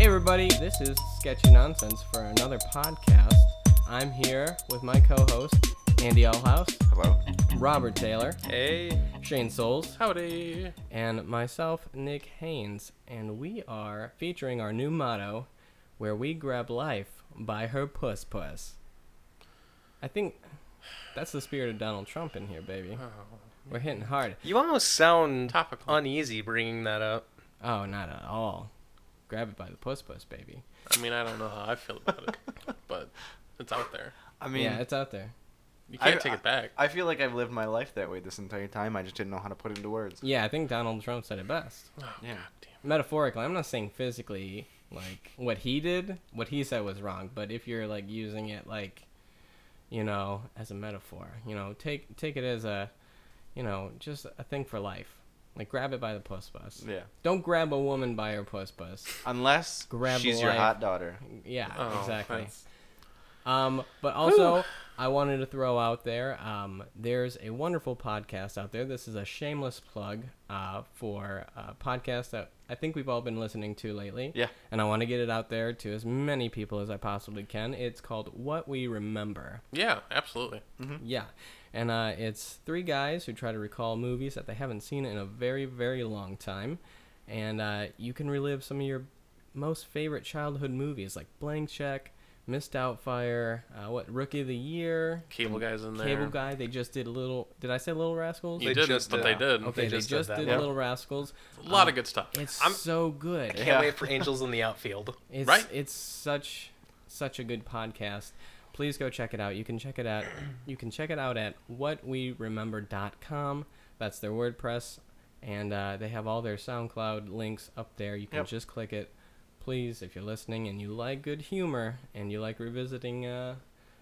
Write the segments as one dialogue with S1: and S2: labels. S1: everybody. This is Sketchy Nonsense for another podcast. I'm here with my co-host Andy Allhouse,
S2: Hello.
S1: Robert Taylor,
S2: Hey.
S1: Shane Souls,
S2: Howdy.
S1: and myself, Nick Haynes, and we are featuring our new motto, where we grab life by her puss puss. I think that's the spirit of Donald Trump in here,
S3: Oh,
S1: baby. We're hitting hard.
S4: You almost sound
S2: Topical.
S4: uneasy bringing that up.
S1: Oh, not at all. Grab it by the puss puss, baby.
S2: I mean, I don't know how I feel about it, but it's out there.
S3: I mean,
S1: yeah, it's out there.
S2: You
S3: I-
S2: can't take it back.
S3: I feel like I've lived my life that way this entire time. I just didn't know how to put it into words.
S1: Yeah, I think Donald Trump said it best.
S2: Oh,
S3: Yeah.
S2: goddamn.
S1: metaphorically i'm not saying physically like what he did what he said was wrong but if you're like using it like you know as a metaphor you know take take it as a you know just a thing for life like grab it by the puss bus
S3: Yeah.
S1: don't grab a woman by her puss bus
S3: Unless
S1: Grab a
S3: she's your
S1: life.
S3: hot daughter.
S1: yeah
S2: Oh,
S1: exactly
S2: that's-
S1: um, but also, I wanted to throw out there um, there's a wonderful podcast out there. This is a shameless plug uh, for a podcast that I think we've all been listening to lately.
S3: Yeah.
S1: And I want to get it out there to as many people as I possibly can. It's called What We Remember.
S2: Yeah, absolutely.
S1: Yeah. And uh, it's three guys who try to recall movies that they haven't seen in a very, very long time. And uh, you can relive some of your most favorite childhood movies like Blank Check, Missed Outfire, uh, what, Rookie of the Year,
S2: Cable guys in there.
S1: Cable Guy. They just did Little. Did I say Little Rascals?
S2: You
S4: They
S2: didn't,
S4: just uh,
S2: but
S4: did
S2: they
S4: that.
S2: did.
S1: okay, they just,
S4: just did that
S1: did
S4: one.
S1: Little Rascals.
S2: A lot of good stuff.
S1: It's
S4: I'm-
S1: so good.
S4: Can't
S3: Yeah.
S4: wait for Angels in the Outfield.
S1: It's,
S2: Right.
S1: It's such such a good podcast. Please go check it out. You can check it out. You can check it out at whatweremember.com. That's their WordPress, and uh, they have all their SoundCloud links up there. You can
S3: Yep.
S1: just click it. Please, if you're listening and you like good humor and you like revisiting uh,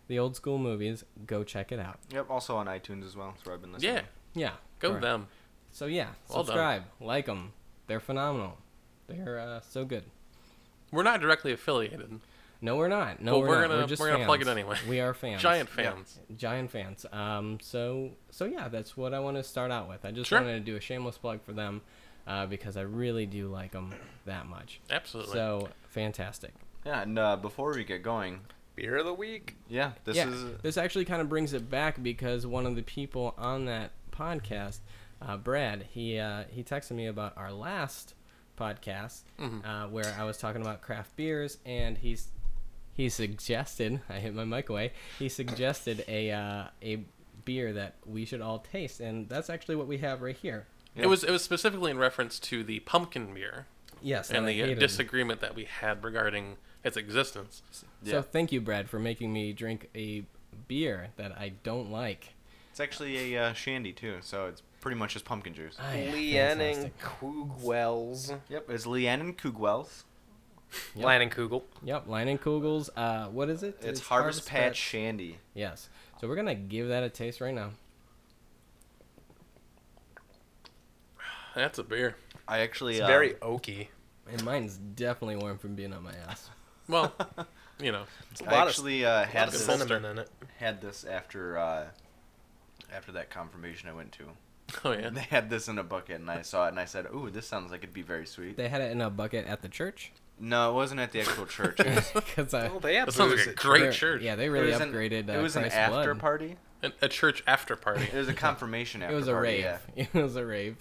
S1: the old school movies, go check it out.
S3: Yep. Also on iTunes as well. That's where I've been listening.
S2: Yeah,
S1: Yeah,
S2: go
S1: correct.
S2: them.
S1: So yeah,
S2: Well done.
S1: subscribe, like them. They're phenomenal. They're uh, so good.
S2: We're not directly affiliated.
S1: No, we're not. No,
S2: Well,
S1: we're,
S2: we're
S1: not.
S2: gonna-
S1: we're just
S2: we're gonna plug it
S1: fans.
S2: anyway.
S1: We are fans.
S2: Giant fans.
S1: giant fans. Um, so so yeah, that's what I want to start out with. I just
S2: Sure.
S1: wanted to do a shameless plug for them, uh, because I really do like them that much.
S2: Absolutely.
S1: So fantastic.
S3: Yeah. And uh, before we get going,
S4: Beer of the week.
S3: yeah, this
S1: yeah,
S3: is
S1: this actually kind of brings it back because one of the people on that podcast, uh, Brad, he uh, he texted me about our last podcast
S3: Mm-hmm.
S1: uh, where I was talking about craft beers, and he's he suggested I hit my mic away. He suggested a uh, a beer that we should all taste, and that's actually what we have right here.
S2: It was it was specifically in reference to the pumpkin beer
S1: Yes,
S2: and
S1: I
S2: the uh,
S1: hated.
S2: disagreement that we had regarding its existence.
S1: So
S3: Yeah.
S1: thank you, Brad, for making me drink a beer that I don't like.
S3: it's actually a uh, shandy too. So it's pretty much just pumpkin juice.
S1: Ah, yeah,
S4: Lianen
S1: fantastic.
S4: Kugels.
S3: Yep. It's Lianen Kugwells.
S1: Yep.
S4: Lianen Kugel.
S1: Yep, Lion and Kugel's. Uh, what is it?
S3: It's, Harvest, Patch Shandy.
S1: Yes. So we're gonna give that a taste right now.
S2: That's a beer.
S3: I actually
S4: It's
S3: uh,
S4: very oaky.
S1: And mine's definitely warm from being on my ass.
S2: Well, you know,
S4: It's a
S3: I
S4: lot
S3: actually uh,
S4: of, a lot
S3: had
S4: of
S3: this
S4: cinnamon in it.
S3: had this after uh, after that confirmation I went to.
S2: oh yeah.
S3: They had this in a bucket, and I saw it, and I said, "Ooh, this sounds like it'd be very sweet."
S1: They had it in a bucket at the church.
S3: No, it wasn't at the actual church. It was,
S1: 'Cause I,
S4: Oh, they have
S2: That sounds
S4: booze
S2: like a
S4: at-
S1: they're-
S2: great church.
S1: Yeah, they
S3: it
S1: really
S3: was an-
S1: upgraded. uh,
S3: it was an
S1: Christ's
S3: after
S1: blood.
S3: party.
S2: An- a church after party.
S3: It was a confirmation
S1: It
S3: after
S1: was a
S3: party.
S1: rave.
S3: Yeah.
S1: It was a rave.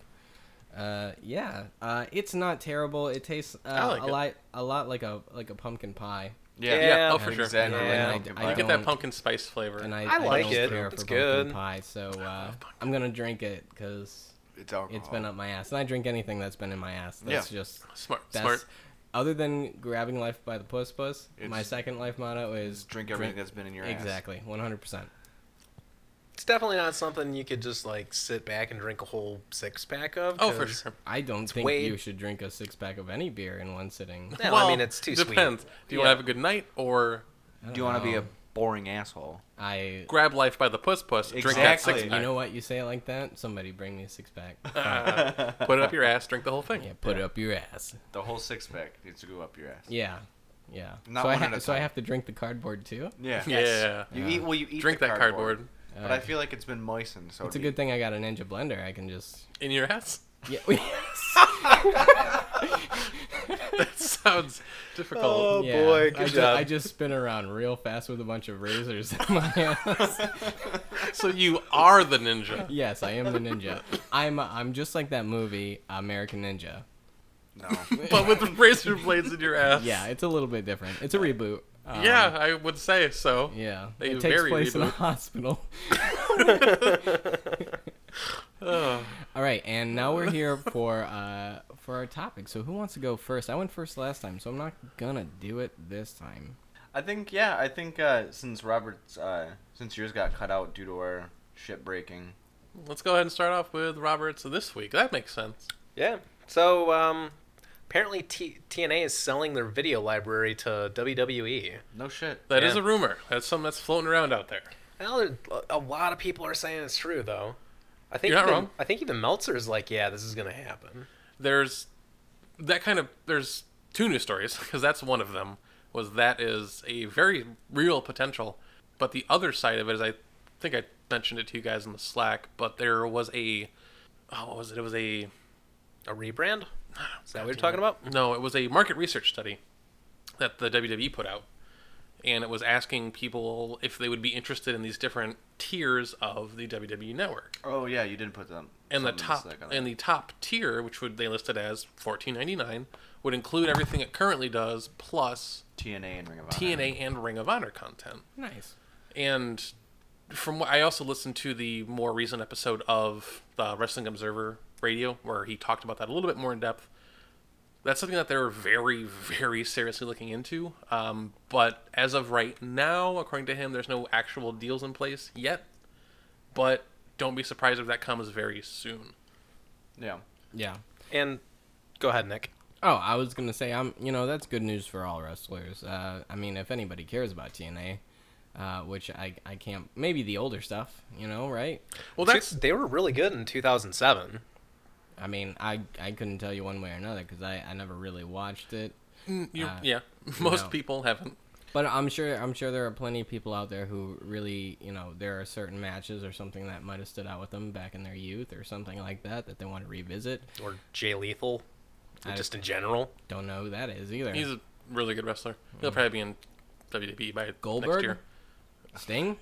S1: Uh, yeah. Uh, it's not terrible. It tastes
S2: I
S1: uh,
S2: like
S1: a
S2: it.
S1: lot, a lot like a like a pumpkin pie.
S4: Yeah, Yeah,
S2: oh, for sure.
S3: Exactly.
S4: Yeah.
S3: Pumpkin
S1: I- I
S3: pie.
S2: you get that
S1: don't-
S2: pumpkin spice flavor.
S1: And I,
S4: I like
S1: don't
S4: it.
S1: care
S4: It's
S1: for pumpkin
S4: good.
S1: Pie, so uh, I'm gonna drink it because
S3: it's alcohol.
S1: it's been up my ass, and I drink anything that's been in my ass. That's just
S2: smart,
S1: That's
S2: smart.
S1: other than grabbing life by the puss puss. my
S3: It's-
S1: second life motto is
S3: Drink everything that's been in your ass.
S1: exactly one hundred percent.
S4: It's definitely not something you could just like sit back and drink a whole six pack of.
S2: Oh, for
S4: 'cause-
S2: sure.
S1: I don't think
S4: way-
S1: you should drink a six pack of any beer in one sitting.
S4: No, I mean it's too
S2: depends.
S4: sweet.
S2: Do you want to
S4: Yeah.
S2: have a good night or
S3: Do you want to be a
S1: Um,
S3: boring asshole?
S1: I.
S2: grab life by the puss puss? Drink that
S3: Exactly.
S2: six
S1: You
S2: pack.
S1: know what? You say it like that. Somebody bring me a six pack.
S2: Put it up your ass. Drink the whole thing.
S1: yeah, put it up your ass.
S3: The whole six pack needs to go up your ass.
S1: Yeah, yeah.
S3: Not
S1: so I
S3: one
S1: ha-
S3: at a
S1: so I
S3: time.
S1: have to drink the cardboard too.
S3: Yeah.
S2: Yes.
S3: You eat. Well, you eat.
S2: Drink
S3: the
S2: that cardboard
S3: But I feel like it's been moistened. So
S1: It's a
S3: do
S1: good thing I got a Ninja blender. I can just
S2: in your ass.
S1: yeah. yes.
S2: that sounds difficult.
S4: Oh, boy, good
S1: I, ju-
S4: job.
S1: I just spin around real fast with a bunch of razors in my hands.
S2: So you are the ninja.
S1: yes, I am the ninja. I'm I'm just like that movie American Ninja.
S3: No.
S2: But with razor blades in your ass.
S1: Yeah, it's a little bit different. It's a reboot. Um,
S2: yeah, I would say so.
S1: Yeah.
S2: They
S1: it takes
S2: very
S1: place in a
S2: reboot.
S1: hospital.
S2: Ugh.
S1: All right, and now we're here for uh for our topic. So who wants to go first? I went first last time, so I'm not gonna do it this time.
S3: I think yeah. I think uh, since Robert's uh, since yours got cut out due to our ship breaking.
S2: Let's go ahead and start off with Roberts this week. That makes sense.
S4: Yeah. So um, apparently T- TNA is selling their video library to E. WWE.
S3: No shit.
S2: That is
S4: Yeah.
S2: a rumor. That's something that's floating around out there.
S4: Well, there- a lot of people are saying it's true though. I think
S2: You're not
S4: even,
S2: wrong.
S4: I think even Meltzer's like, yeah, this is gonna happen.
S2: There's that kind of there's two news stories because that's one of them was that is a very real potential, but the other side of it is I think I mentioned it to you guys in the Slack, but there was a oh what was it? It was a
S4: A rebrand? Is that what you're talking about?
S2: No, Ah, it was a market research study that the WWE put out. And it was asking people if they would be interested in these different tiers of the WWE network.
S3: Oh yeah, you didn't put them.
S2: And the
S3: something
S2: top
S3: stuck on
S2: and the top tier, which would they listed as fourteen ninety nine, would include everything it currently does plus
S3: TNA and Ring of Honor.
S2: TNA and Ring of Honor content.
S1: Nice.
S2: And from what I also listened to the more recent episode of the Wrestling Observer Radio, where he talked about that a little bit more in depth. That's something that they're very, very seriously looking into. Um, but as of right now, according to him, there's no actual deals in place yet. But don't be surprised if that comes very soon.
S3: Yeah.
S1: Yeah.
S4: And go ahead, Nick.
S1: Oh, I was gonna say, I'm. You know, that's good news for all wrestlers. Uh, I mean, if anybody cares about TNA, uh, which I, I can't. Maybe the older stuff. You know, right?
S2: Well, that's
S4: they were really good in 2007.
S1: I mean, I, I couldn't tell you one way or another because I, I never really watched it.
S2: mm, you,
S1: uh,
S2: yeah. Most
S1: no.
S2: people haven't.
S1: But I'm sure I'm sure there are plenty of people out there who really, you know, there are certain matches or something that might have stood out with them back in their youth or something like that that they want to revisit.
S4: Or Jay Lethal.
S1: I-
S4: Just in general.
S1: Don't know who that is either.
S2: He's a really good wrestler. He'll probably be in WWE by next
S1: Goldberg?
S2: year.
S1: Sting?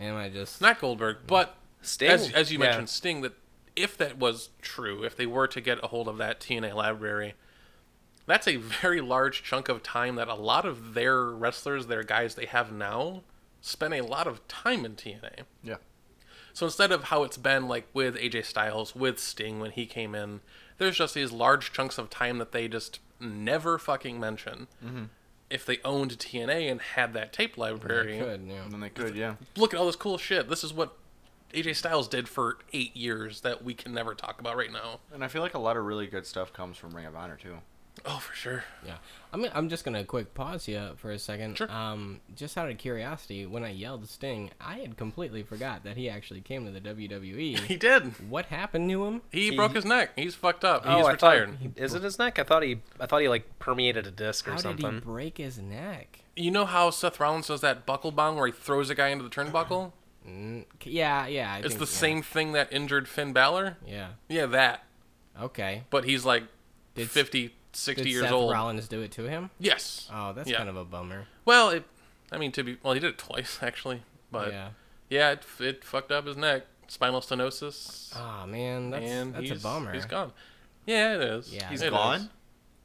S1: Am I just
S2: Not Goldberg, but
S4: Sting.
S2: as, as you
S4: yeah.
S2: mentioned, Sting, that if that was true, if they were to get a hold of that TNA library, that's a very large chunk of time that a lot of their wrestlers, their guys they have now, spend a lot of time in TNA.
S3: Yeah.
S2: So instead of how it's been like with AJ Styles, with Sting when he came in, there's just these large chunks of time that they just never fucking mention.
S3: Mm-hmm.
S2: If they owned TNA and had that tape library,
S1: good, yeah.
S3: And then they could, yeah.
S2: look at all this cool shit. This is what AJ Styles did for eight years that we can never talk about right now.
S3: And I feel like a lot of really good stuff comes from Ring of Honor too.
S2: Oh, for sure.
S1: Yeah, I'm. I'm just gonna quick pause here for a second.
S2: Sure.
S1: Um, just out of curiosity, when I yelled Sting, I had completely forgot that he actually came to the WWE.
S2: He did.
S1: what happened to him?
S2: He, broke his neck. He's fucked up.
S4: Oh,
S2: He's
S4: I thought-
S2: retired.
S4: is it his neck? I thought he, I thought he like permeated a disc or
S1: How
S4: something.
S1: did he break his neck?
S2: You know how Seth Rollins does that buckle bomb where he throws a guy into the turnbuckle?
S1: Mm, c- Yeah, yeah. I
S2: It's
S1: think-
S2: the
S1: yeah.
S2: same thing that injured Finn Balor.
S1: Yeah.
S2: Yeah, that.
S1: Okay.
S2: But he's like
S1: Did-
S2: fifty, sixty 50, 60
S1: Did
S2: years
S1: Seth
S2: old.
S1: Rollins do it to him?
S2: Yes.
S1: Oh, that's
S2: Yeah.
S1: kind of a bummer.
S2: Well, it, I mean, to be, well, he did it twice, actually. But yeah,
S1: yeah.
S2: it, it fucked up his neck. Spinal stenosis.
S1: Oh man, that's
S2: and
S1: that's a
S2: he's-
S1: bummer.
S2: He's gone. Yeah, it is.
S1: Yeah. Oh,
S3: He's
S2: It is.
S3: gone.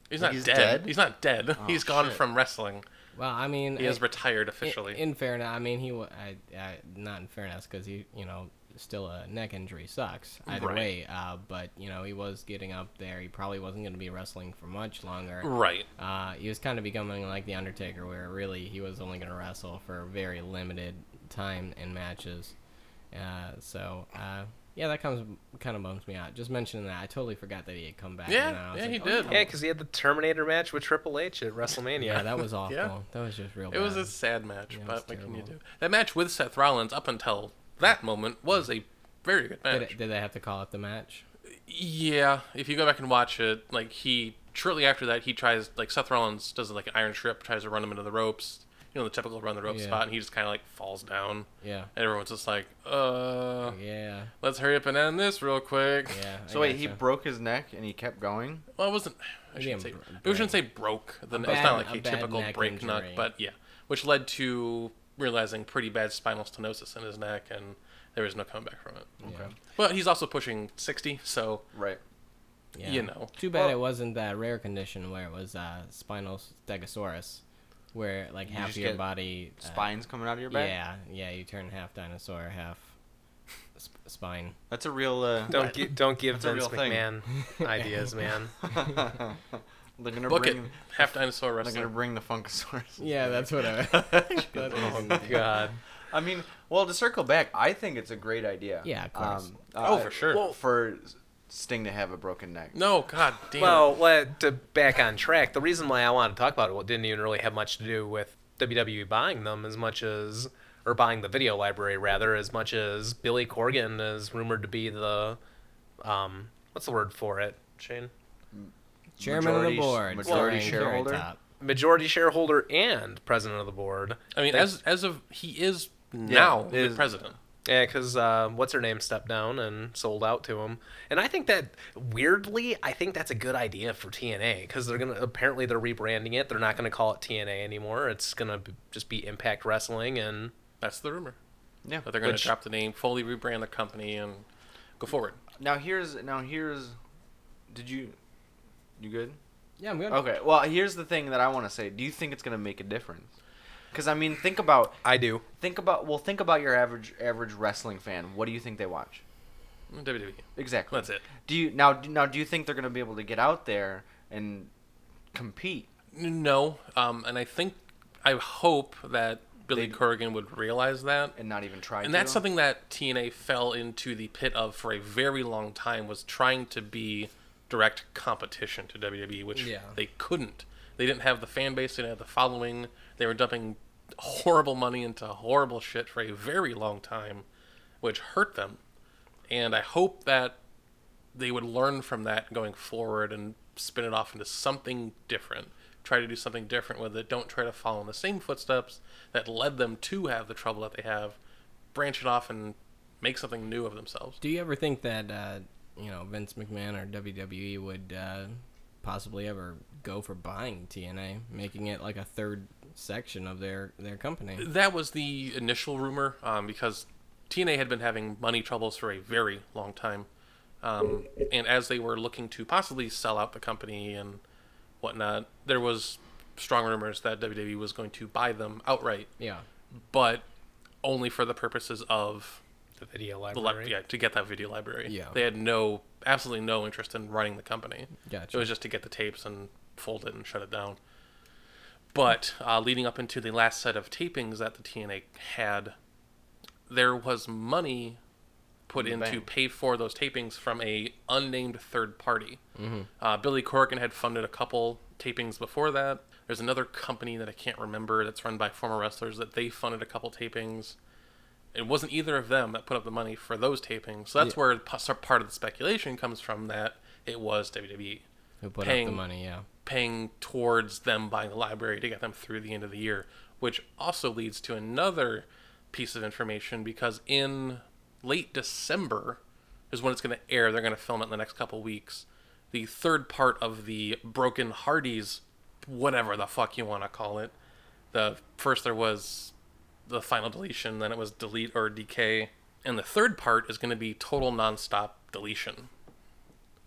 S2: He's
S3: Like,
S2: not
S3: he's
S2: dead.
S3: dead?
S2: He's not dead. he's gone
S3: shit.
S2: from wrestling.
S1: Well, I mean,
S2: He
S1: I-
S2: is retired
S1: in-
S2: officially.
S1: In, fairness, I mean, he wa- I, I, not in fairness because he, you know, still a neck injury sucks either
S2: Right.
S1: way. Uh, but you know, he was getting up there. He probably wasn't going to be wrestling for much longer.
S2: right.
S1: Uh, he was kind of becoming like the Undertaker, where really he was only going to wrestle for a very limited time in matches. Uh, so uh, yeah, that comes kind of bums me out. Just mentioning that, I totally forgot that he had come back.
S2: Yeah,
S1: and I was
S2: yeah,
S1: like,
S2: he
S1: oh,
S2: did.
S1: yeah.
S4: Yeah, because he had the Terminator match with Triple H at WrestleMania.
S1: Yeah, that was awful.
S2: Yeah.
S1: That was just real.
S2: It was
S1: bad.
S2: a sad match,
S1: Yeah, it was
S2: but what can you do?
S1: terrible.
S2: That match with Seth Rollins up until that moment was a very good
S1: Did,
S2: match.
S1: it, did they have to call it the match?
S2: Yeah, if you go back and watch it, like he shortly after that he tries like Seth Rollins does like an iron strip, tries to run him into the ropes. You you know, the typical run the rope
S1: Yeah.
S2: spot, and he just kind of like falls down.
S1: Yeah.
S2: And everyone's just like, uh,
S1: Yeah.
S2: let's hurry up and end this real quick.
S1: Yeah. I
S3: So wait, he
S1: gotcha.
S3: broke his neck and he kept going.
S2: Well, it wasn't. I
S1: Maybe
S2: shouldn't,
S1: I'm
S2: say,
S1: bro-
S2: we shouldn't say broke. The, it's
S1: bad-
S2: not
S1: a
S2: like a
S1: bad
S2: typical
S1: neck
S2: break neck,
S1: injury.
S2: but yeah, which led to realizing pretty bad spinal stenosis in his neck, and there was no coming back from it.
S1: Okay.
S2: Well, he's also pushing 60, so
S3: Right.
S1: Yeah.
S2: you know.
S1: Too bad
S3: Well-
S1: it wasn't that rare condition where it was uh, spinal stegosaurus, where like
S3: You
S1: half
S3: just
S1: your
S3: get
S1: body. uh,
S3: Spines coming out of your back.
S1: yeah, yeah. You turn half dinosaur, half sp- spine.
S3: That's a real. Uh,
S4: Don't gi- don't give
S3: That's a
S4: Vince
S3: real thing.
S4: McMahon ideas, man.
S3: they're gonna
S2: Book it.
S3: bring.
S2: Half dinosaur
S3: They're gonna
S2: wrestler.
S3: bring the Funkasaurus.
S1: Yeah, that's what I. that
S2: Oh,
S1: is-
S4: God.
S3: I mean, well, to circle back, I think it's a great idea. Um, uh,
S1: Yeah, of course.
S2: Oh, for sure.
S3: well, for Sting to have a broken neck.
S2: No, god damn.
S4: Well, let, to back on track, the reason why I wanted to talk about it well, it didn't even really have much to do with WWE buying them as much as, or buying the video library rather, as much as Billy Corgan is rumored to be the, um, what's the word for it, Shane?
S1: Chairman of the
S3: Majority-
S1: board.
S3: majority
S1: starring
S3: shareholder?
S1: Carrot Top.
S4: Majority shareholder and president of the board.
S2: I mean, as as of he is now the
S3: is-
S2: president.
S4: Yeah, because uh, what's her name stepped down and sold out to him, and I think that weirdly, I think that's a good idea for TNA because they're gonna apparently they're rebranding it. They're not gonna call it TNA anymore. It's gonna b- just be Impact Wrestling, and
S2: That's the rumor.
S3: Yeah.
S2: That they're going
S4: Which-
S2: to drop the name, fully rebrand the company, and go forward.
S3: Now here's now here's. Did you? You good?
S1: Yeah, I'm good.
S3: Okay. Well, here's the thing that I want to say. Do you think it's gonna make a difference? Because I mean, think about
S4: I do.
S3: think about well, think about your average average wrestling fan. What do you think they watch?
S2: WWE.
S3: Exactly.
S2: That's it.
S3: Do you now? do- Now, do you think they're gonna be able to get out there and compete?
S2: No, um, and I think I hope that Billy Corrigan would realize that.
S3: and not even try.
S2: And
S3: to.
S2: that's something that TNA fell into the pit of for a very long time was trying to be direct competition to WWE, which
S1: Yeah.
S2: they couldn't. They didn't have the fan base, they didn't have the following. They were dumping horrible money into horrible shit for a very long time, which hurt them. And I hope that they would learn from that going forward and spin it off into something different. Try to do something different with it. Don't try to follow in the same footsteps that led them to have the trouble that they have. Branch it off and make something new of themselves.
S1: Do you ever think that uh, you know Vince McMahon or WWE would uh, possibly ever go for buying TNA, making it like a third section of their their company?
S2: That was the initial rumor um, because TNA had been having money troubles for a very long time. Um, and as they were looking to possibly sell out the company and whatnot, there was strong rumors that WWE was going to buy them outright.
S1: Yeah.
S2: but only for the purposes of
S4: The video
S2: the
S4: library.
S2: li- yeah, to get that video library.
S1: Yeah.
S2: They had no absolutely no interest in running the company.
S1: Gotcha.
S2: It was just to get the tapes and fold it and shut it down. But uh, leading up into the last set of tapings that the TNA had, there was money put
S3: In
S2: in
S3: the
S2: to
S3: bank.
S2: pay for those tapings from a unnamed third party. Uh, Billy Corgan had funded a couple tapings before that. There's another company that I can't remember that's run by former wrestlers that they funded a couple tapings. It wasn't either of them that put up the money for those tapings. So that's where p- so- part of the speculation comes from that it was E. WWE
S1: Who put
S2: paying-
S1: up the money? Yeah.
S2: paying towards them buying the library to get them through the end of the year, which also leads to another piece of information because in late December is when it's going to air. They're going to film it in the next couple weeks. The third part of the Broken Hardys, whatever the fuck you want to call it. The first there was the final deletion, then it was delete or decay, and the third part is going to be total nonstop deletion.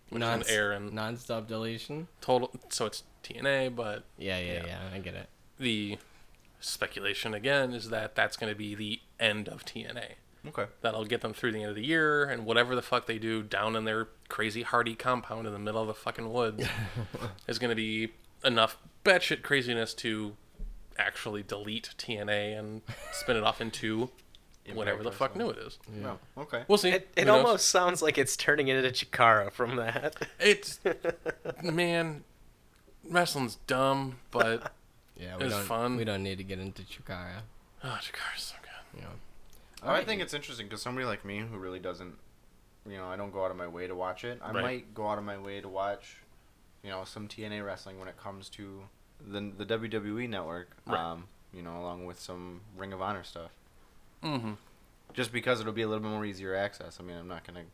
S2: Which
S1: Non
S2: is on air and
S1: nonstop deletion.
S2: total so it's TNA, but
S1: Yeah, yeah, yeah,
S2: Yeah.
S1: I get it.
S2: the speculation again is that that's going to be the end of TNA.
S3: Okay.
S2: That'll get them through the end of the year and whatever the fuck they do down in their crazy hardy compound in the middle of the fucking woods is going to be enough batshit craziness to actually delete TNA and spin it off into whatever the fuck
S3: Wrestling.
S2: new it is.
S3: No. Okay.
S2: We'll see.
S4: It,
S2: Who
S4: it
S2: knows?
S4: almost sounds like it's turning into Chikara from that.
S2: it's man wrestling's dumb, but
S1: Yeah, we
S2: It's
S1: don't.
S2: fun.
S1: We don't need to get into Chikara.
S2: oh, Jakara's so good.
S1: You know.
S3: I think it's interesting because somebody like me who really doesn't, you know, I don't go out of my way to watch it. I
S2: Right.
S3: might go out of my way to watch, you know, some TNA wrestling when it comes to the the WWE E network.
S2: Right.
S3: Um, you know, along with some Ring of Honor stuff.
S2: Mm-hmm.
S3: Just because it'll be a little bit more easier access. I mean, I'm not gonna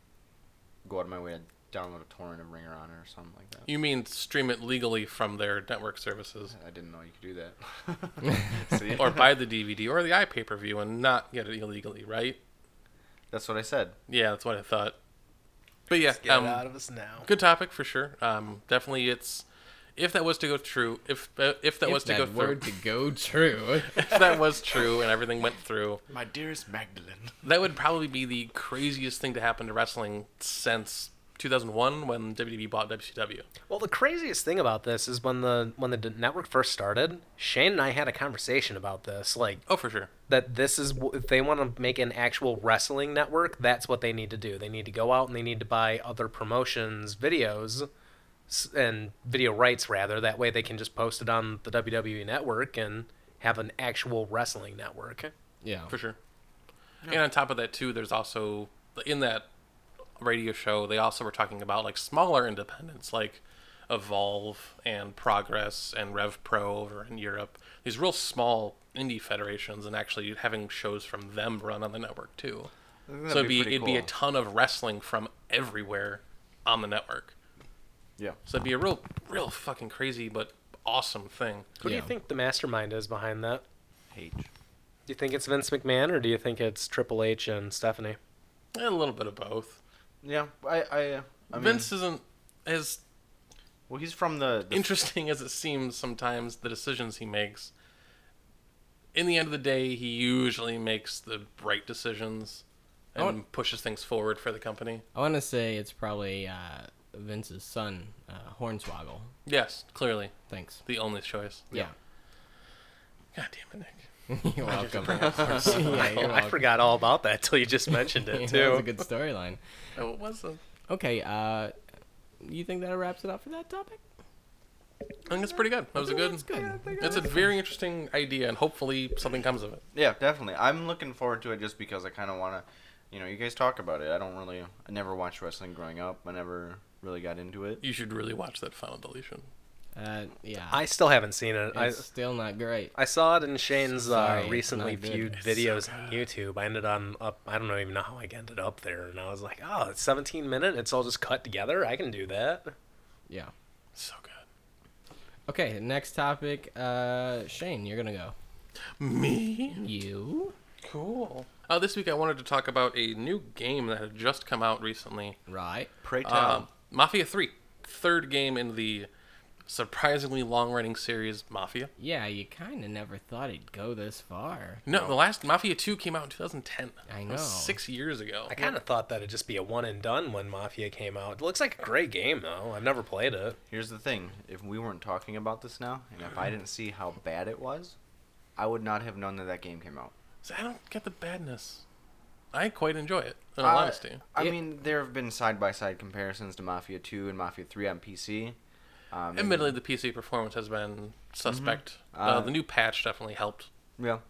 S3: go out of my way to download a torrent of Ring of Honor or something like that.
S2: You mean stream it legally from their network services,
S3: I didn't know you could do that. See,
S2: or buy the DVD or the iPay per view and not get it illegally, right?
S3: that's what I said.
S2: Yeah, that's what I thought. But yeah,
S4: Get it
S2: um,
S4: out of us now.
S2: good topic for sure. Um, definitely, it's if that was to go true, if uh, if that
S1: If
S2: was to
S1: that
S2: go
S1: word
S2: through,
S1: to go true.
S2: if that was true and everything went through,
S5: My dearest Magdalene.
S2: that would probably be the craziest thing to happen to wrestling since 2001 when WWE bought WCW.
S4: Well, the craziest thing about this is when the when the d- network first started, Shane and I had a conversation about this, like
S2: Oh, for sure.
S4: that this is wh- if they want to make an actual wrestling network, that's what they need to do. They need to go out and they need to buy other promotions videos s- and video rights rather. That way they can just post it on the WWE network and have an actual wrestling network.
S1: yeah.
S2: for sure. And on top of that too, there's also in that radio show they also were talking about like smaller independents like Evolve and Progress and Rev Pro over in Europe. These real small indie federations and actually having shows from them run on the network too.
S3: That'd
S2: so it'd be,
S3: pretty
S2: it'd be a
S3: cool.
S2: ton of wrestling from everywhere on the network.
S3: yeah.
S2: So it'd be a real real fucking crazy but awesome thing.
S4: Who do
S1: Yeah.
S4: you think the mastermind is behind that?
S3: H.
S4: Do you think it's Vince McMahon or do you think it's Triple H and Stephanie?
S2: And a little bit of both.
S3: Yeah, I, I, uh, I mean,
S2: Vince isn't as
S3: well, he's from the, the
S2: interesting as it seems sometimes the decisions he makes in the end of the day he usually makes the right decisions and
S1: Oh.
S2: pushes things forward for the company
S1: I want to say it's probably uh, Vince's son, uh, Hornswoggle.
S2: yes clearly
S1: Thanks.
S2: the only choice
S1: Yeah.
S2: god damn it nick
S1: you're welcome.
S4: I,
S1: yeah, you're
S4: I
S1: welcome.
S4: forgot all about that till you just mentioned
S1: Oh, Yeah,
S4: it
S1: that was a
S4: too.
S1: good storyline.
S2: oh, it wasn't
S1: Okay, uh, you think that wraps it up for that topic?
S2: i think it's pretty good that was a
S1: think
S2: good
S1: that's good. Yeah, I think
S2: it's a very interesting idea and hopefully something comes of it
S3: Yeah, definitely. I'm looking forward to it just because I kind of want to, you know, you guys talk about it. I don't really, I never watched wrestling growing up. I never really got into it.
S2: you should really watch that final deletion
S1: Uh, yeah.
S4: I still haven't seen it. I,
S1: it's still not great.
S4: I saw it in Shane's
S1: Sorry,
S4: uh,
S1: it's
S4: recently
S1: not good.
S4: viewed
S2: It's so
S4: videos on YouTube. I ended on up. I don't even know how I ended up there, and I was like, "Oh, it's 17 minute. It's all just cut together. I can do that."
S1: Yeah.
S2: so good
S1: Okay, next topic. Uh, Shane, you're gonna go.
S2: me
S1: You
S2: cool uh, this week i wanted to talk about a new game that had just come out recently
S1: right?
S3: Pray tell.
S2: Um, Mafia 3, third game in the surprisingly long running series Mafia.
S1: Yeah, you kind of never thought it'd go this far.
S2: No, the last Mafia 2 came out in 2010.
S1: I
S2: It was
S1: know.
S2: six years ago.
S4: I kind of thought that'd just be a one and done when Mafia came out. It looks like a great game though. I've never played it.
S3: Here's the thing: if we weren't talking about this now, and if I didn't see how bad it was, I would not have known that that game came out.
S2: So I don't get the badness. I quite enjoy it, in all
S3: Uh,
S2: honesty.
S3: I
S1: Yeah.
S3: mean, there have been side by side comparisons to Mafia Two and Mafia Three on PC. Um, and-
S2: Admittedly, the PC performance has been suspect.
S1: Mm-hmm.
S2: Uh,
S3: Uh,
S2: the new patch definitely helped.
S3: Yeah,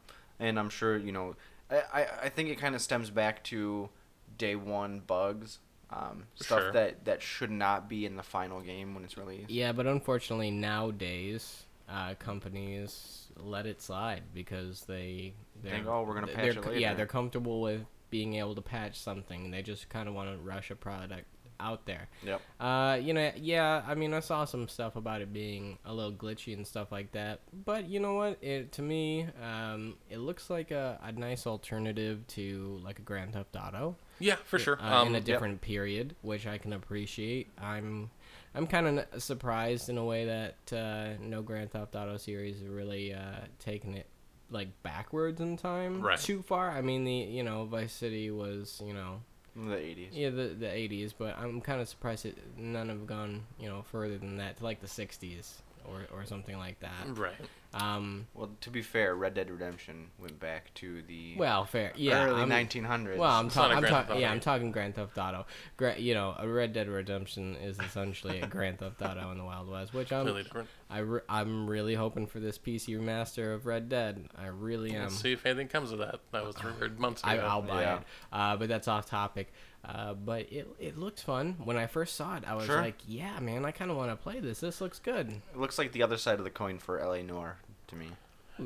S3: and I'm sure you know. I I, I think it kind of stems back to day one bugs, um, stuff
S2: Sure.
S3: that that should not be in the final game when it's released.
S1: Yeah, but unfortunately nowadays, uh, companies let it slide because they they're,
S3: Think, "Oh, we're gonna
S1: they're
S3: patch it
S1: co- Yeah,
S3: later."
S1: they're comfortable with being able to patch something. They just kind of want to rush a product out there.
S3: Yep.
S1: Uh, you know, yeah, I mean, I saw some stuff about it being a little glitchy and stuff like that. But you know what? It to me, um, it looks like a, a nice alternative to like a Grand Theft Auto
S2: Yeah, for sure.
S1: uh,
S2: um,
S1: in a different period, which I can appreciate. I'm I'm kind of surprised in a way that uh, no Grand Theft Auto series have really uh, taken it like backwards in time
S2: Right.
S1: too far. I mean, the you know Vice City was you know
S3: In the 80s.
S1: yeah the the 80s, but I'm kind of surprised that none have gone you know further than that to like the 60s or or something like that.
S2: Right.
S1: Um,
S3: Well, to be fair, Red Dead Redemption went back to the
S1: well, fair, yeah,
S3: early
S1: I'm-
S3: 1900s.
S1: Well, I'm,
S2: It's not
S1: ta-
S2: a
S1: I'm
S2: Grand
S1: ta-
S2: Theft Auto
S1: yeah, I'm
S2: game.
S1: talking Grand Theft Auto. Gra- you know, a Red Dead Redemption is essentially a Grand Theft Auto in the Wild West, which I'm
S2: Completely different.
S1: I re- I'm really hoping for this PC remaster of Red Dead. I really am.
S2: Let's see if anything comes of that. That was rumored months ago.
S1: Uh, I, I'll buy
S3: Yeah.
S1: it. Uh, but that's off topic. Uh, but it it looks fun. When I first saw it, I was
S3: Sure.
S1: like, yeah, man, I kind of want to play this. This looks good.
S3: it looks like the other side of the coin for LA Noir to me.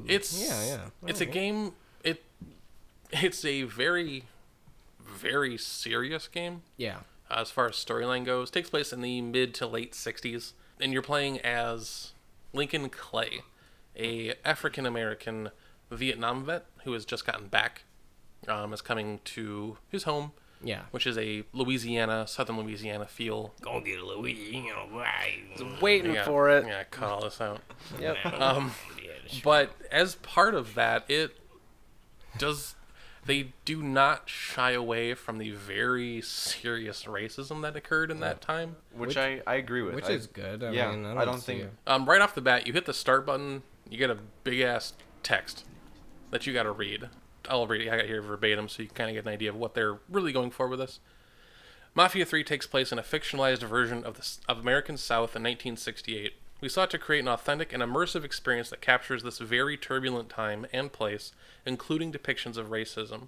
S2: It's
S1: Yeah, yeah.
S2: It's a game. It it's a very very serious game
S1: Yeah.
S2: uh, as far as storyline goes. takes place in the mid to late '60s, and you're playing as Lincoln Clay, a African American Vietnam vet who has just gotten back. Um, is coming to his home,
S1: Yeah.
S2: which is a Louisiana, Southern Louisiana feel.
S5: Gonna get a Louisiana wine.
S4: Waiting
S2: Yeah,
S4: for it.
S2: Yeah, cut all this out.
S4: Yep.
S2: Um, but as part of that, it does. They do not shy away from the very serious racism that occurred in that time.
S3: which, I, I agree with.
S1: Which
S3: I-
S1: is good. I
S3: yeah,
S1: mean, I don't, see
S3: think
S1: it.
S2: Um, right off the bat, you hit the start button, you get a big ass text that you got to read. I'll read it. I got it here verbatim, so you kind of get an idea of what they're really going for with this. Mafia 3 takes place in a fictionalized version of the s- of American South in 1968. We sought to create an authentic and immersive experience that captures this very turbulent time and place, including depictions of racism.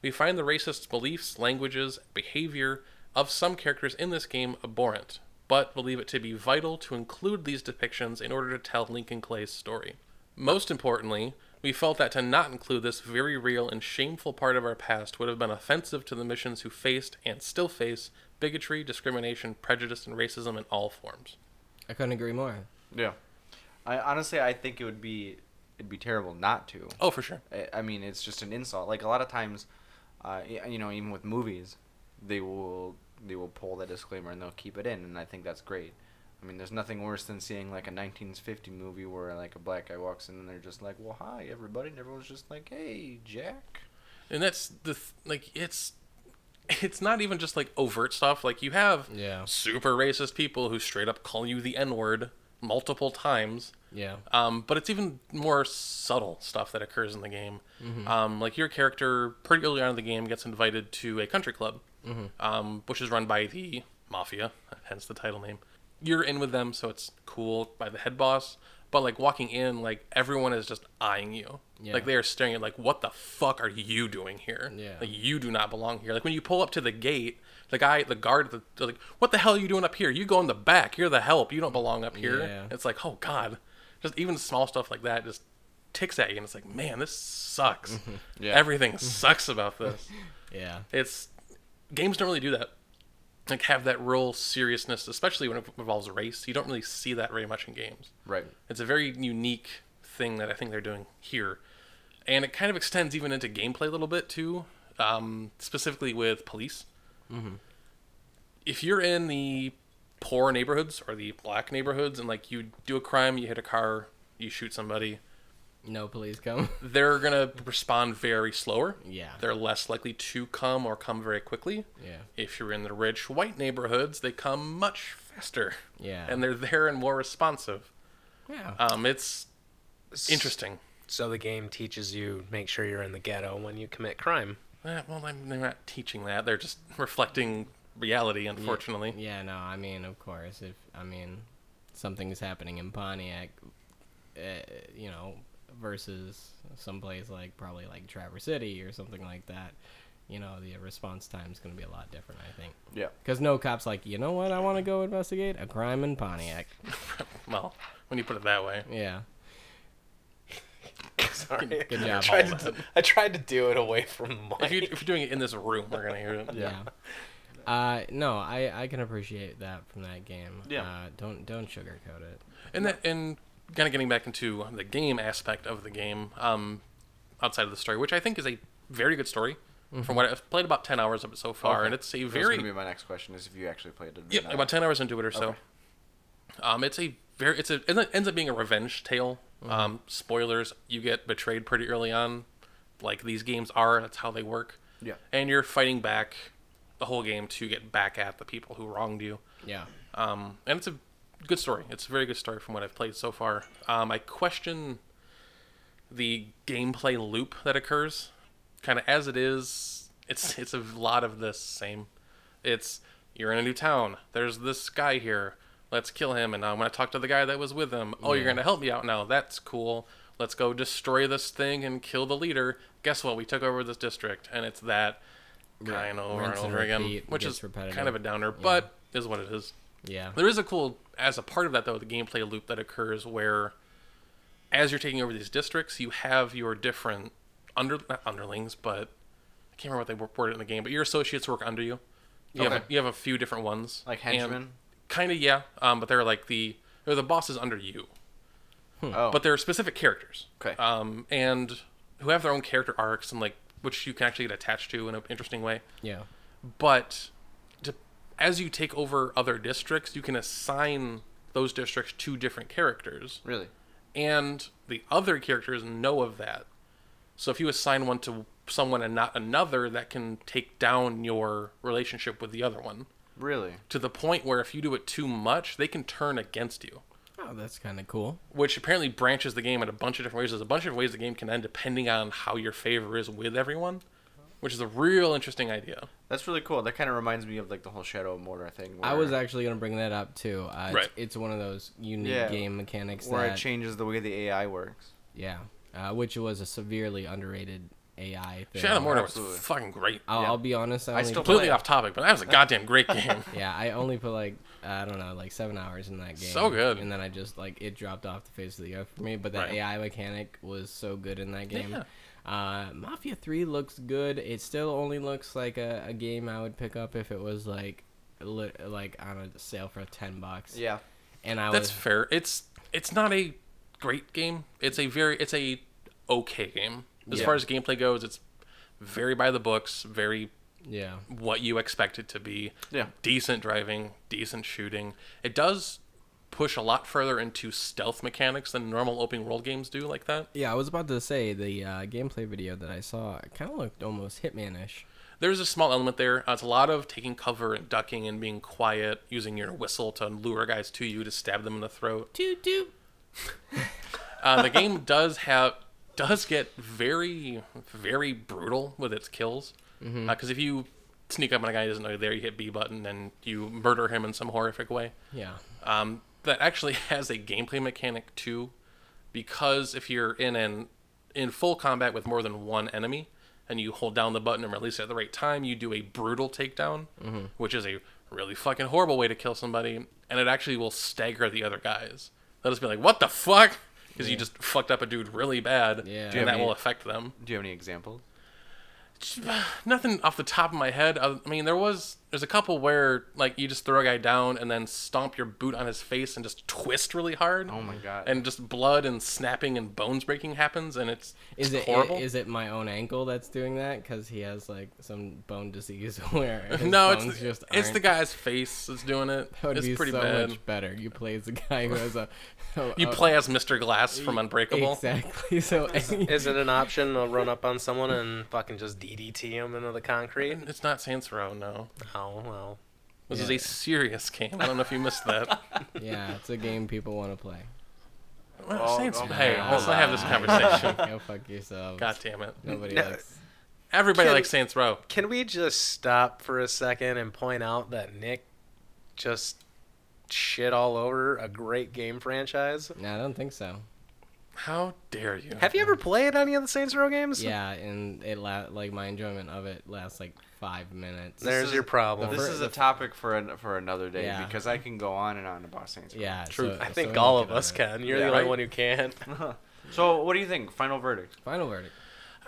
S2: We find the racist beliefs, languages, behavior of some characters in this game abhorrent, but believe it to be vital to include these depictions in order to tell Lincoln Clay's story. Most importantly, we felt that to not include this very real and shameful part of our past would have been offensive to the missions who faced and still face bigotry, discrimination, prejudice, and racism in all forms.
S1: I couldn't agree more.
S3: Yeah. I honestly I think it would be it'd be terrible not to.
S2: Oh, for sure.
S3: I, I mean, it's just an insult. Like a lot of times, uh, y- you know, even with movies, they will they will pull that disclaimer and they'll keep it in, and I think that's great. I mean, there's nothing worse than seeing like a 1950 movie where like a black guy walks in and they're just like, "Well, hi, everybody," and everyone's just like, "Hey, Jack."
S2: and that's the th- like it's it's not even just like overt stuff like you have
S1: Yeah.
S2: super racist people who straight up call you the n-word multiple times
S1: Yeah.
S2: um, but it's even more subtle stuff that occurs in the game
S1: Mm-hmm.
S2: um, like your character pretty early on in the game gets invited to a country club
S1: Mm-hmm.
S2: um, which is run by the mafia hence the title name you're in with them so it's cool by the head boss but like walking in like everyone is just eyeing you
S1: Yeah.
S2: like they are staring at like what the fuck are you doing here
S1: Yeah.
S2: like you do not belong here like when you pull up to the gate the guy the guard the, they're like what the hell are you doing up here you go in the back you're the help you don't belong up here
S1: Yeah.
S2: it's like oh god just even small stuff like that just ticks at you and it's like man this sucks
S3: Yeah.
S2: everything sucks about this
S1: Yeah.
S2: it's games don't really do that like have that real seriousness especially when it involves race you don't really see that very much in games
S3: Right.
S2: it's a very unique thing that I think they're doing here, and it kind of extends even into gameplay a little bit too, um, specifically with police.
S1: Mm-hmm.
S2: If you're in the poor neighborhoods or the black neighborhoods, and like you do a crime, you hit a car, you shoot somebody,
S1: No, please come.
S2: they're gonna respond very slower.
S1: Yeah.
S2: they're less likely to come or come very quickly.
S1: Yeah.
S2: If you're in the rich white neighborhoods, they come much faster.
S1: Yeah.
S2: and they're there and more responsive.
S1: Yeah.
S2: Um, it's interesting.
S4: So the game teaches you make sure you're in the ghetto when you commit crime.
S2: Eh, well, I'm, they're not teaching that. They're just reflecting reality, unfortunately.
S1: Yeah, no, I mean, of course, if I mean something's happening in Pontiac, uh, you know, versus someplace like probably like Traverse City or something like that, you know, the response time's going to be a lot different, I think.
S3: Yeah.
S1: Because no cop's like, you know what, I want to go investigate a crime in Pontiac.
S2: Well, when you put it that way.
S1: Yeah,
S4: Sorry.
S1: good
S4: I
S1: job.
S4: tried, to, I tried to do it away from the
S2: If,
S4: mic.
S2: you, if you're doing it in this room, we're going to hear it.
S1: Yeah. Uh, no, I, I can appreciate that from that game.
S3: Yeah.
S1: Uh, don't don't sugarcoat it.
S2: And, that, and kind of getting back into the game aspect of the game, um, outside of the story, which I think is a very good story. From what I've played about 10 hours of it so
S3: Mm-hmm.
S2: far,
S3: Okay.
S2: and it's a
S3: That was
S2: very
S3: gonna be my next question: is if you actually played it. or
S2: Yep,
S3: not.
S2: about ten hours into it or so.
S3: Okay.
S2: Um, it's a very it's a it ends up being a revenge tale.
S3: Mm-hmm.
S2: Um, spoilers: you get betrayed pretty early on, like these games are. That's how they work.
S3: Yeah.
S2: And you're fighting back the whole game to get back at the people who wronged you.
S1: Yeah.
S2: Um, and it's a good story. It's a very good story from what I've played so far. Um, I question the gameplay loop that occurs. Kind of as it is, it's it's a lot of the same. It's you're in a new town. There's this guy here. Let's kill him, and now I'm gonna talk to the guy that was with him. Oh, you're gonna help me out now. That's cool. Let's go destroy this thing and kill the leader. Guess what? We took over this district, and it's that kind of over and
S1: Rinse and
S2: over again,
S1: repeat,
S2: which
S1: gets
S2: is kind
S1: repetitive.
S2: of a downer, but is what it is.
S1: Yeah.
S2: There is a cool as a part of that though the gameplay loop that occurs where as you're taking over these districts, you have your different under not underlings, but I can't remember what they wor- worded in the game. But your associates work under you. You have
S3: Okay.
S2: a, you have a few different ones,
S3: Like henchmen?
S2: Kind of, yeah. Um, but they're like the they're the bosses under you,
S3: Oh,
S2: Hmm. but they're specific characters.
S3: Okay.
S2: Um, and who have their own character arcs and like which you can actually get attached to in an interesting way
S1: Yeah.
S2: but to, as you take over other districts, you can assign those districts to different characters,
S3: really?
S2: and the other characters know of that. So if you assign one to someone and not another, that can take down your relationship with the other one
S3: Really?
S2: to the point where if you do it too much, they can turn against you.
S1: Oh, that's kind of cool.
S2: Which apparently branches the game in a bunch of different ways. There's a bunch of ways the game can end depending on how your favor is with everyone, which is a real interesting idea.
S3: That's really cool. That kind of reminds me of like the whole Shadow of Mordor thing.
S1: I was
S3: where-
S1: actually going to bring that up too. Uh, it's,
S2: Right.
S1: it's one of those unique
S3: Yeah.
S1: game mechanics
S3: where
S1: that
S3: it changes the way the AI works.
S1: yeah, uh, which was a severely underrated AI thing.
S2: Shadow of Mordor
S3: absolutely.
S2: was fucking great.
S1: I'll,
S3: Yeah.
S1: I'll be honest. I,
S3: I
S1: only
S3: still
S2: completely
S3: play it.
S2: off topic, but that was a goddamn great game.
S1: Yeah, I only put like I don't know, like seven hours in that game.
S2: So good.
S1: And then I just like it dropped off the face of the earth for me. But that
S2: Right.
S1: AI mechanic was so good in that game.
S2: Yeah.
S1: Uh, Mafia Three looks good. It still only looks like a, a game I would pick up if it was like li- like on a sale for ten bucks.
S3: Yeah.
S1: And I
S2: That's
S1: was
S2: fair. It's it's not a great game. It's a very it's a okay game as
S1: Yeah.
S2: far as gameplay goes. It's very by the books, very
S1: yeah.
S2: what you expect it to be.
S3: Yeah.
S2: Decent driving, decent shooting. It does push a lot further into stealth mechanics than normal open world games do like that.
S1: Yeah, I was about to say the uh, gameplay video that I saw kind of looked almost Hitman-ish.
S2: There's a small element there. Uh, it's a lot of taking cover and ducking and being quiet, using your whistle to lure guys to you to stab them in the throat.
S1: Toot toot.
S2: Uh, the game does have does get very very brutal with its kills because if you sneak up on a guy who doesn't know you're there, you hit B button and you murder him in some horrific way.
S1: Yeah.
S2: Um, that actually has a gameplay mechanic too, because if you're in an in full combat with more than one enemy and you hold down the button and release it at the right time, you do a brutal takedown, which is a really fucking horrible way to kill somebody, and it actually will stagger the other guys. They'll just be like, "What the fuck?" Because you just fucked up a dude really bad,
S1: Yeah. Do you
S2: and
S3: have
S2: that will
S3: any-
S2: affect them.
S3: Do you have any examples?
S2: Nothing off the top of my head. I I mean, there was there's a couple where like you just throw a guy down and then stomp your boot on his face and just twist really hard.
S3: Oh my god.
S2: And just blood and snapping and bones breaking happens and it's
S1: Is it,
S2: horrible.
S1: is it my own ankle that's doing that? Because he has like some bone disease where his
S2: no,
S1: bones
S2: it's the,
S1: just
S2: it's the
S1: aren't-
S2: guy's face that's doing it.
S1: That would
S2: it's
S1: be
S2: pretty
S1: so
S2: bad.
S1: much better. You play as the guy who has a.
S2: You
S1: a-
S2: play as Mr. Glass from Unbreakable.
S1: E, exactly. So
S4: Is it an option to run up on someone and fucking just DDT him into the concrete?
S2: It's not Saints Row, no.
S4: Oh well.
S2: This is
S1: Yeah.
S2: a serious game. I don't know if you missed that.
S1: yeah, it's a game people want to play.
S2: Well,
S3: Oh,
S2: Saints,
S3: okay.
S2: hey, let's not have this conversation.
S1: Go fuck yourselves.
S2: God damn it.
S1: Nobody
S4: No.
S1: likes.
S2: Everybody
S4: Kid-
S2: likes Saints Row.
S4: Can we just stop for a second and point out that Nick just shit all over a great game franchise?
S1: No, I don't think so.
S2: How dare you?
S4: Have you ever played any of the Saints Row games?
S1: Yeah, and it la- like my enjoyment of it lasts like five minutes.
S4: There's
S3: is-
S4: your problem.
S3: this
S1: fir-
S3: is
S1: the
S3: a topic for an, for another day
S1: Yeah.
S3: because I can go on and on about Saints. Row.
S1: yeah,
S2: True.
S1: so-
S4: I
S1: so
S4: think
S1: we
S4: all
S1: can
S4: of
S1: get on
S4: us
S1: it.
S4: can. You're
S2: Yeah,
S4: the only
S2: right?
S4: one who can.
S3: So what do you think? Final verdict.
S1: Final verdict.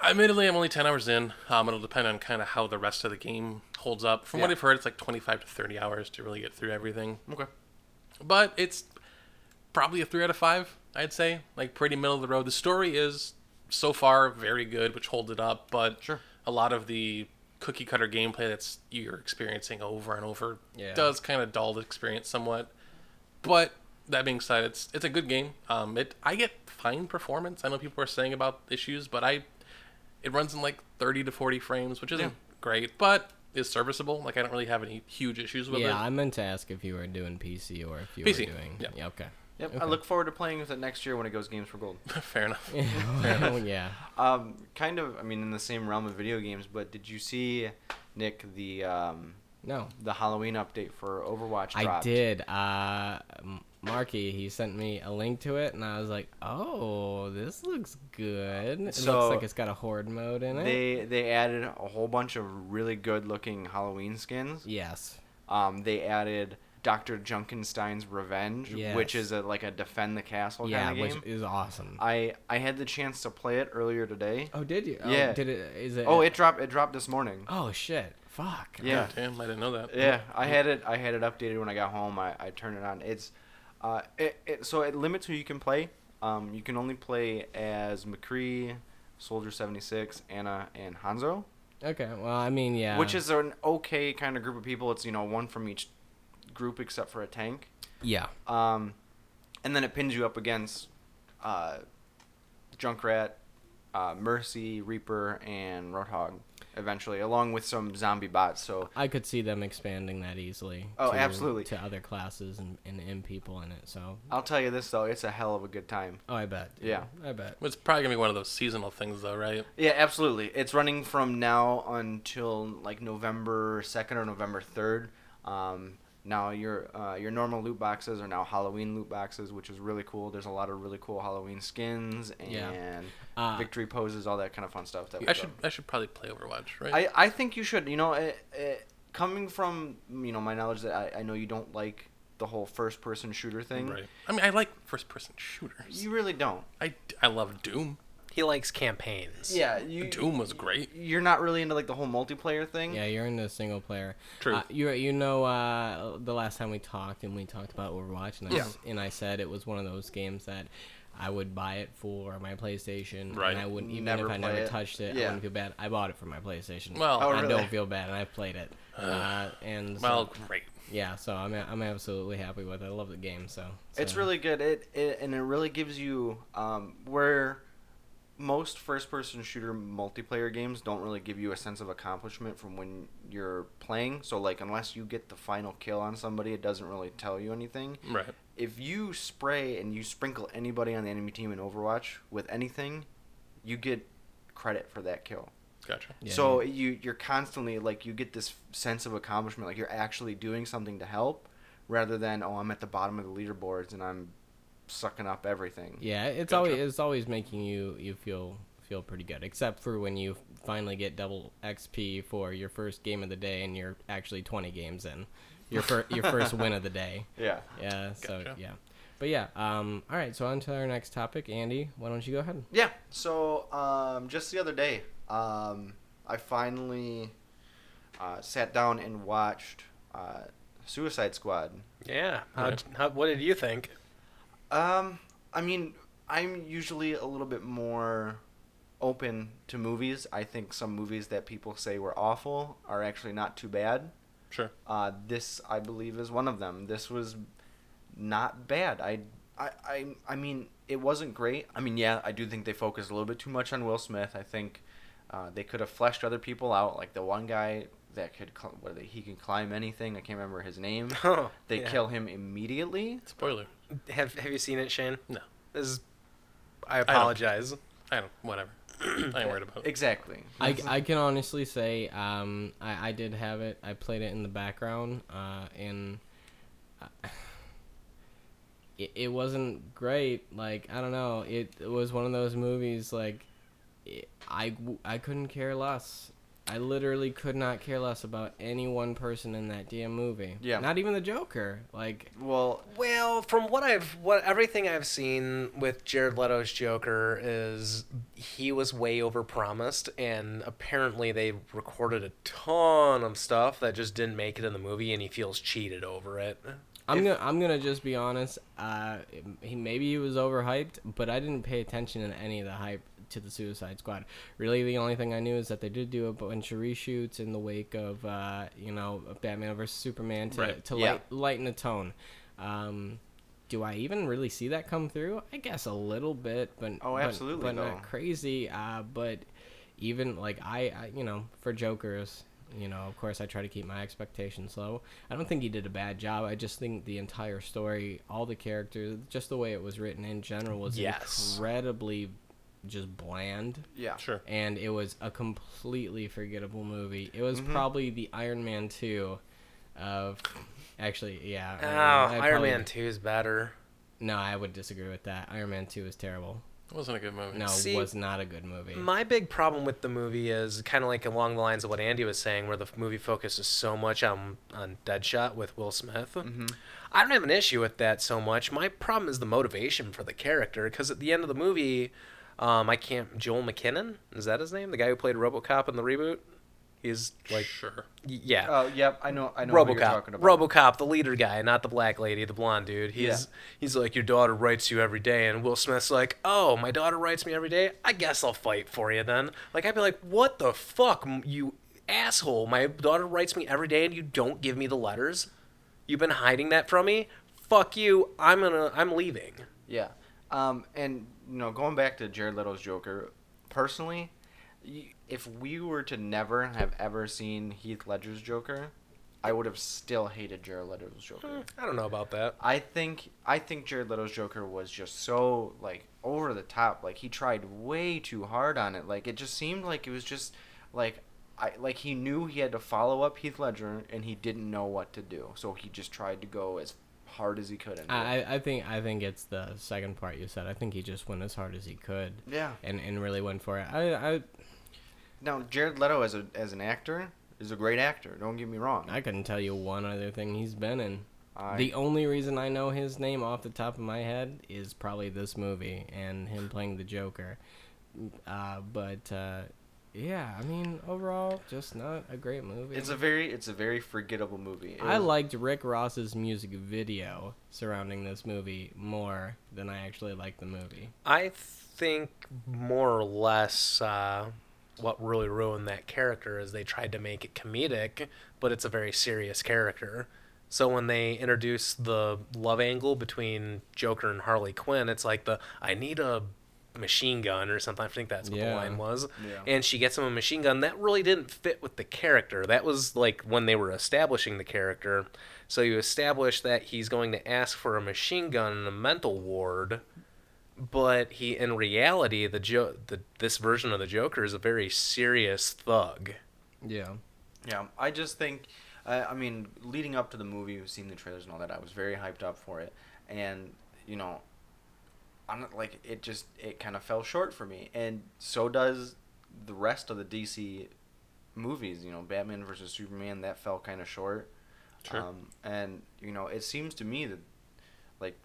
S2: Admittedly, I'm only 10 hours in. Um, it'll depend on kind of how the rest of the game holds up. From what
S3: Yeah.
S2: I've heard, it's like 25 to 30 hours to really get through everything.
S3: Okay.
S2: But it's probably a 3 out of 5, I'd say. Like, pretty middle of the road. The story is, so far, very good, which holds it up. But
S3: Sure.
S2: a lot of the cookie cutter gameplay that's you're experiencing over and over
S1: Yeah.
S2: does kind of dull the experience somewhat. But that being said, it's it's a good game. Um, it I get fine performance. I know people are saying about issues, but I it runs in like 30 to 40 frames, which isn't great, but is serviceable. Like I don't really have any huge issues with
S1: yeah,
S2: it.
S1: I meant to ask if you were doing PC or if you
S2: PC,
S1: were doing.
S2: yeah.
S1: okay.
S3: Yep. I
S1: Okay.
S3: look forward to playing with it next year when it goes Games for Gold.
S2: Fair enough.
S1: Well, yeah.
S3: Um, kind of. I mean, in the same realm of video games, but did you see, Nick, the um,
S1: No.
S3: the Halloween update for Overwatch?
S1: I
S3: dropped?
S1: did. Uh, M- Marky, he sent me a link to it, and I was like, "Oh, this looks good. It
S3: So,
S1: looks like it's got a horde mode in it."
S3: They they added a whole bunch of really good looking Halloween skins.
S1: yes.
S3: Um, they added Doctor Junkenstein's Revenge,
S1: Yes.
S3: which is a, like a defend the castle
S1: yeah,
S3: kind of game.
S1: which is awesome.
S3: I I had the chance to play it earlier today.
S1: oh, did you? Oh,
S3: Yeah.
S1: Did it? Is it?
S3: Oh, it dropped it dropped this morning.
S1: Oh shit! Fuck.
S3: Yeah.
S2: God damn, I didn't know that.
S3: Yeah, I had it. I had it updated when I got home. I, I turned it on. It's, uh, it, it so it limits who you can play. Um, you can only play as McCree, Soldier Seventy Six, Anna, and Hanzo,
S1: Okay. Well, I mean, yeah.
S3: which is an okay kind of group of people. It's you know one from each group except for a tank.
S1: yeah.
S3: Um, and then it pins you up against, uh, Junkrat, uh, Mercy, Reaper, and Roadhog, eventually, along with some zombie bots. So
S1: I could see them expanding that easily.
S3: Oh, absolutely.
S1: To other classes and, and, and people in it. So,
S3: I'll tell you this though, it's a hell of a good time.
S1: oh, I bet. dude.
S3: Yeah.
S1: I bet.
S2: It's probably gonna be one of those seasonal things, though, right?
S3: Yeah, absolutely. It's running from now until like November second or November third. Um, now your uh, your normal loot boxes are now Halloween loot boxes, which is really cool. There's a lot of really cool Halloween skins and
S1: Yeah. Uh,
S3: victory poses, all that kind of fun stuff. That we
S2: I
S3: go-
S2: should I should probably play Overwatch, right?
S3: I, I think you should. You know, it, it, coming from you know my knowledge that I, I know you don't like the whole first person shooter thing.
S2: right. I mean, I like first-person shooters.
S3: You really don't.
S2: I, I love Doom.
S4: He likes campaigns.
S3: Yeah, you.
S2: Doom was great.
S3: You're not really into like the whole multiplayer thing.
S1: Yeah, you're into single player.
S2: True.
S1: Uh, you you know uh, the last time we talked and we talked about Overwatch and I, s- and I said it was one of those games that I would buy it for my PlayStation
S2: Right.
S1: and I wouldn't even
S3: Never
S1: if I
S3: play
S1: never
S3: it.
S1: touched it I
S3: Yeah.
S1: wouldn't feel bad. I bought it for my PlayStation.
S2: Well- Oh,
S1: I
S3: really?
S1: don't feel bad and I've played it. uh, and so-
S2: Well, great.
S1: yeah, so I'm I'm absolutely happy with it. I love the game. So,
S3: It's
S1: so-
S3: really good. It, it and it really gives you um, where most first-person shooter multiplayer games don't really give you a sense of accomplishment from when you're playing. So like unless you get the final kill on somebody, it doesn't really tell you anything.
S2: Right.
S3: If you spray and you sprinkle anybody on the enemy team in Overwatch with anything, you get credit for that kill.
S2: Gotcha.
S1: Yeah,
S3: so you you're constantly like you get this sense of accomplishment, like you're actually doing something to help, rather than oh I'm at the bottom of the leaderboards and I'm sucking up everything.
S1: Yeah, it's
S2: Gotcha.
S1: always it's always making you you feel feel pretty good, except for when you finally get double XP for your first game of the day and you're actually 20 games in, your fir- your first win of the day.
S3: Yeah.
S1: Yeah. So
S2: Gotcha.
S1: yeah, but yeah. Um. All right. So on to our next topic, Andy. Why don't you go ahead?
S3: Yeah. So um, just the other day, um, I finally uh, sat down and watched uh, Suicide Squad.
S4: Yeah. How, how, what did you think?
S3: Um, I mean, I'm usually a little bit more open to movies. I think some movies that people say were awful are actually not too bad.
S2: Sure.
S3: Uh, this, I believe, is one of them. This was not bad. I, I, I, I mean, it wasn't great. I mean, yeah, I do think they focused a little bit too much on Will Smith. I think uh, they could have fleshed other people out, like the one guy that could, cl- what, he can climb anything. I can't remember his name.
S4: Oh,
S3: They
S4: yeah.
S3: kill him immediately.
S2: Spoiler.
S4: Have Have you seen it, Shane?
S2: No.
S4: This is, I apologize.
S2: I don't. Whatever. I ain't worried about it.
S3: Exactly.
S1: I, I can honestly say um I, I did have it. I played it in the background. Uh. And. I- It, it wasn't great. Like I don't know. It, it was one of those movies. Like it, I w- I couldn't care less. I literally could not care less about any one person in that damn movie.
S3: Yeah.
S1: Not even the Joker. Like
S3: Well,
S4: Well, from what I've what everything I've seen with Jared Leto's Joker is he was way overpromised and apparently they recorded a ton of stuff that just didn't make it in the movie and he feels cheated over it.
S1: I'm gonna I'm gonna just be honest. Uh, he maybe he was overhyped, but I didn't pay attention to any of the hype to the Suicide Squad. Really, the only thing I knew is that they did do a bunch of reshoots in the wake of uh, you know Batman vs Superman to
S2: Right.
S1: to
S3: Yeah.
S1: light, lighten the tone. Um, do I even really see that come through? I guess a little bit, but
S3: Oh,
S1: but-
S3: absolutely,
S1: but,
S3: though.
S1: not crazy. Uh, but even like I, I, you know, for Joker's, you know, of course I try to keep my expectations low. I don't think he did a bad job. I just think the entire story, all the characters, just the way it was written in general was
S4: Yes.
S1: incredibly just bland
S3: yeah.
S2: Sure.
S1: and it was a completely forgettable movie. It
S4: Mm-hmm.
S1: was probably the Iron Man 2 of actually yeah.
S4: Oh,
S1: I- I
S4: Iron
S1: probably-
S4: Man 2 is better.
S1: No, I would disagree with that. Iron Man 2 is terrible.
S2: It wasn't a good movie.
S1: No,
S4: See-
S1: it was not a good movie.
S4: My big problem with the movie is kind of like along the lines of what Andy was saying, where the f- movie focuses so much on on Deadshot with Will Smith.
S1: Mm-hmm.
S3: Mm-hmm.
S4: I don't have an issue with that so much. My problem is the motivation for the character, because at the end of the movie, um, I can't. Joel McKinnon is that his name? The guy who played RoboCop in the reboot. He's like,
S2: sure.
S4: y- yeah.
S3: Oh, yep. I know. I know. What you're
S4: RoboCop.
S3: talking about.
S4: RoboCop, the leader guy, not the black lady, the blonde dude. He's he's like your daughter writes you every day, and Will Smith's like, oh, my daughter writes me every day. I guess I'll fight for you then. Like I'd be like, what the fuck, m- you asshole? My daughter writes me every day, and you don't give me the letters. You've been hiding that from me. Fuck you. I'm gonna. I'm leaving.
S3: Yeah. Um, and you know, going back to Jared Leto's Joker, personally, y- if we were to never have ever seen Heath Ledger's Joker, I would have still hated Jared Leto's Joker.
S4: I don't know about that.
S3: I think I think Jared Leto's Joker was just so like over the top. Like he tried way too hard on it. Like it just seemed like it was just like I like he knew he had to follow up Heath Ledger and he didn't know what to do. So he just tried to go as hard as he could. into it.
S1: I, I- I think I think it's the second part you said. I think he just went as hard as he could.
S3: Yeah.
S1: And and really went for it. I I,
S3: Now, Jared Leto as a as an actor is a great actor. Don't get me wrong.
S1: I couldn't tell you one other thing he's been in.
S3: I-
S1: The only reason I know his name off the top of my head is probably this movie and him playing the Joker. Uh, but uh, yeah, I mean overall, just not a great movie.
S3: it's a very it's a very forgettable movie. It
S1: I
S3: was-
S1: liked Rick Ross's music video surrounding this movie more than I actually liked the movie.
S4: I think more or less uh, what really ruined that character is they tried to make it comedic, but it's a very serious character. So when they introduce the love angle between Joker and Harley Quinn, it's like the I need a machine gun or something. I think that's what the
S1: Yeah.
S4: line was.
S3: Yeah.
S4: And she gets him a machine gun. That really didn't fit with the character. That was like when they were establishing the character. So you establish that he's going to ask for a machine gun in a mental ward but he in reality the jo- the this version of the Joker is a very serious thug.
S1: Yeah.
S3: Yeah, I just think, uh, I mean, leading up to the movie, seeing the trailers and all that, I was very hyped up for it, and you know, I'm not, like it just it kind of fell short for me, and so does the rest of the DC movies. You know, Batman versus Superman that fell kind of short,
S2: Sure.
S3: um, and you know, it seems to me that like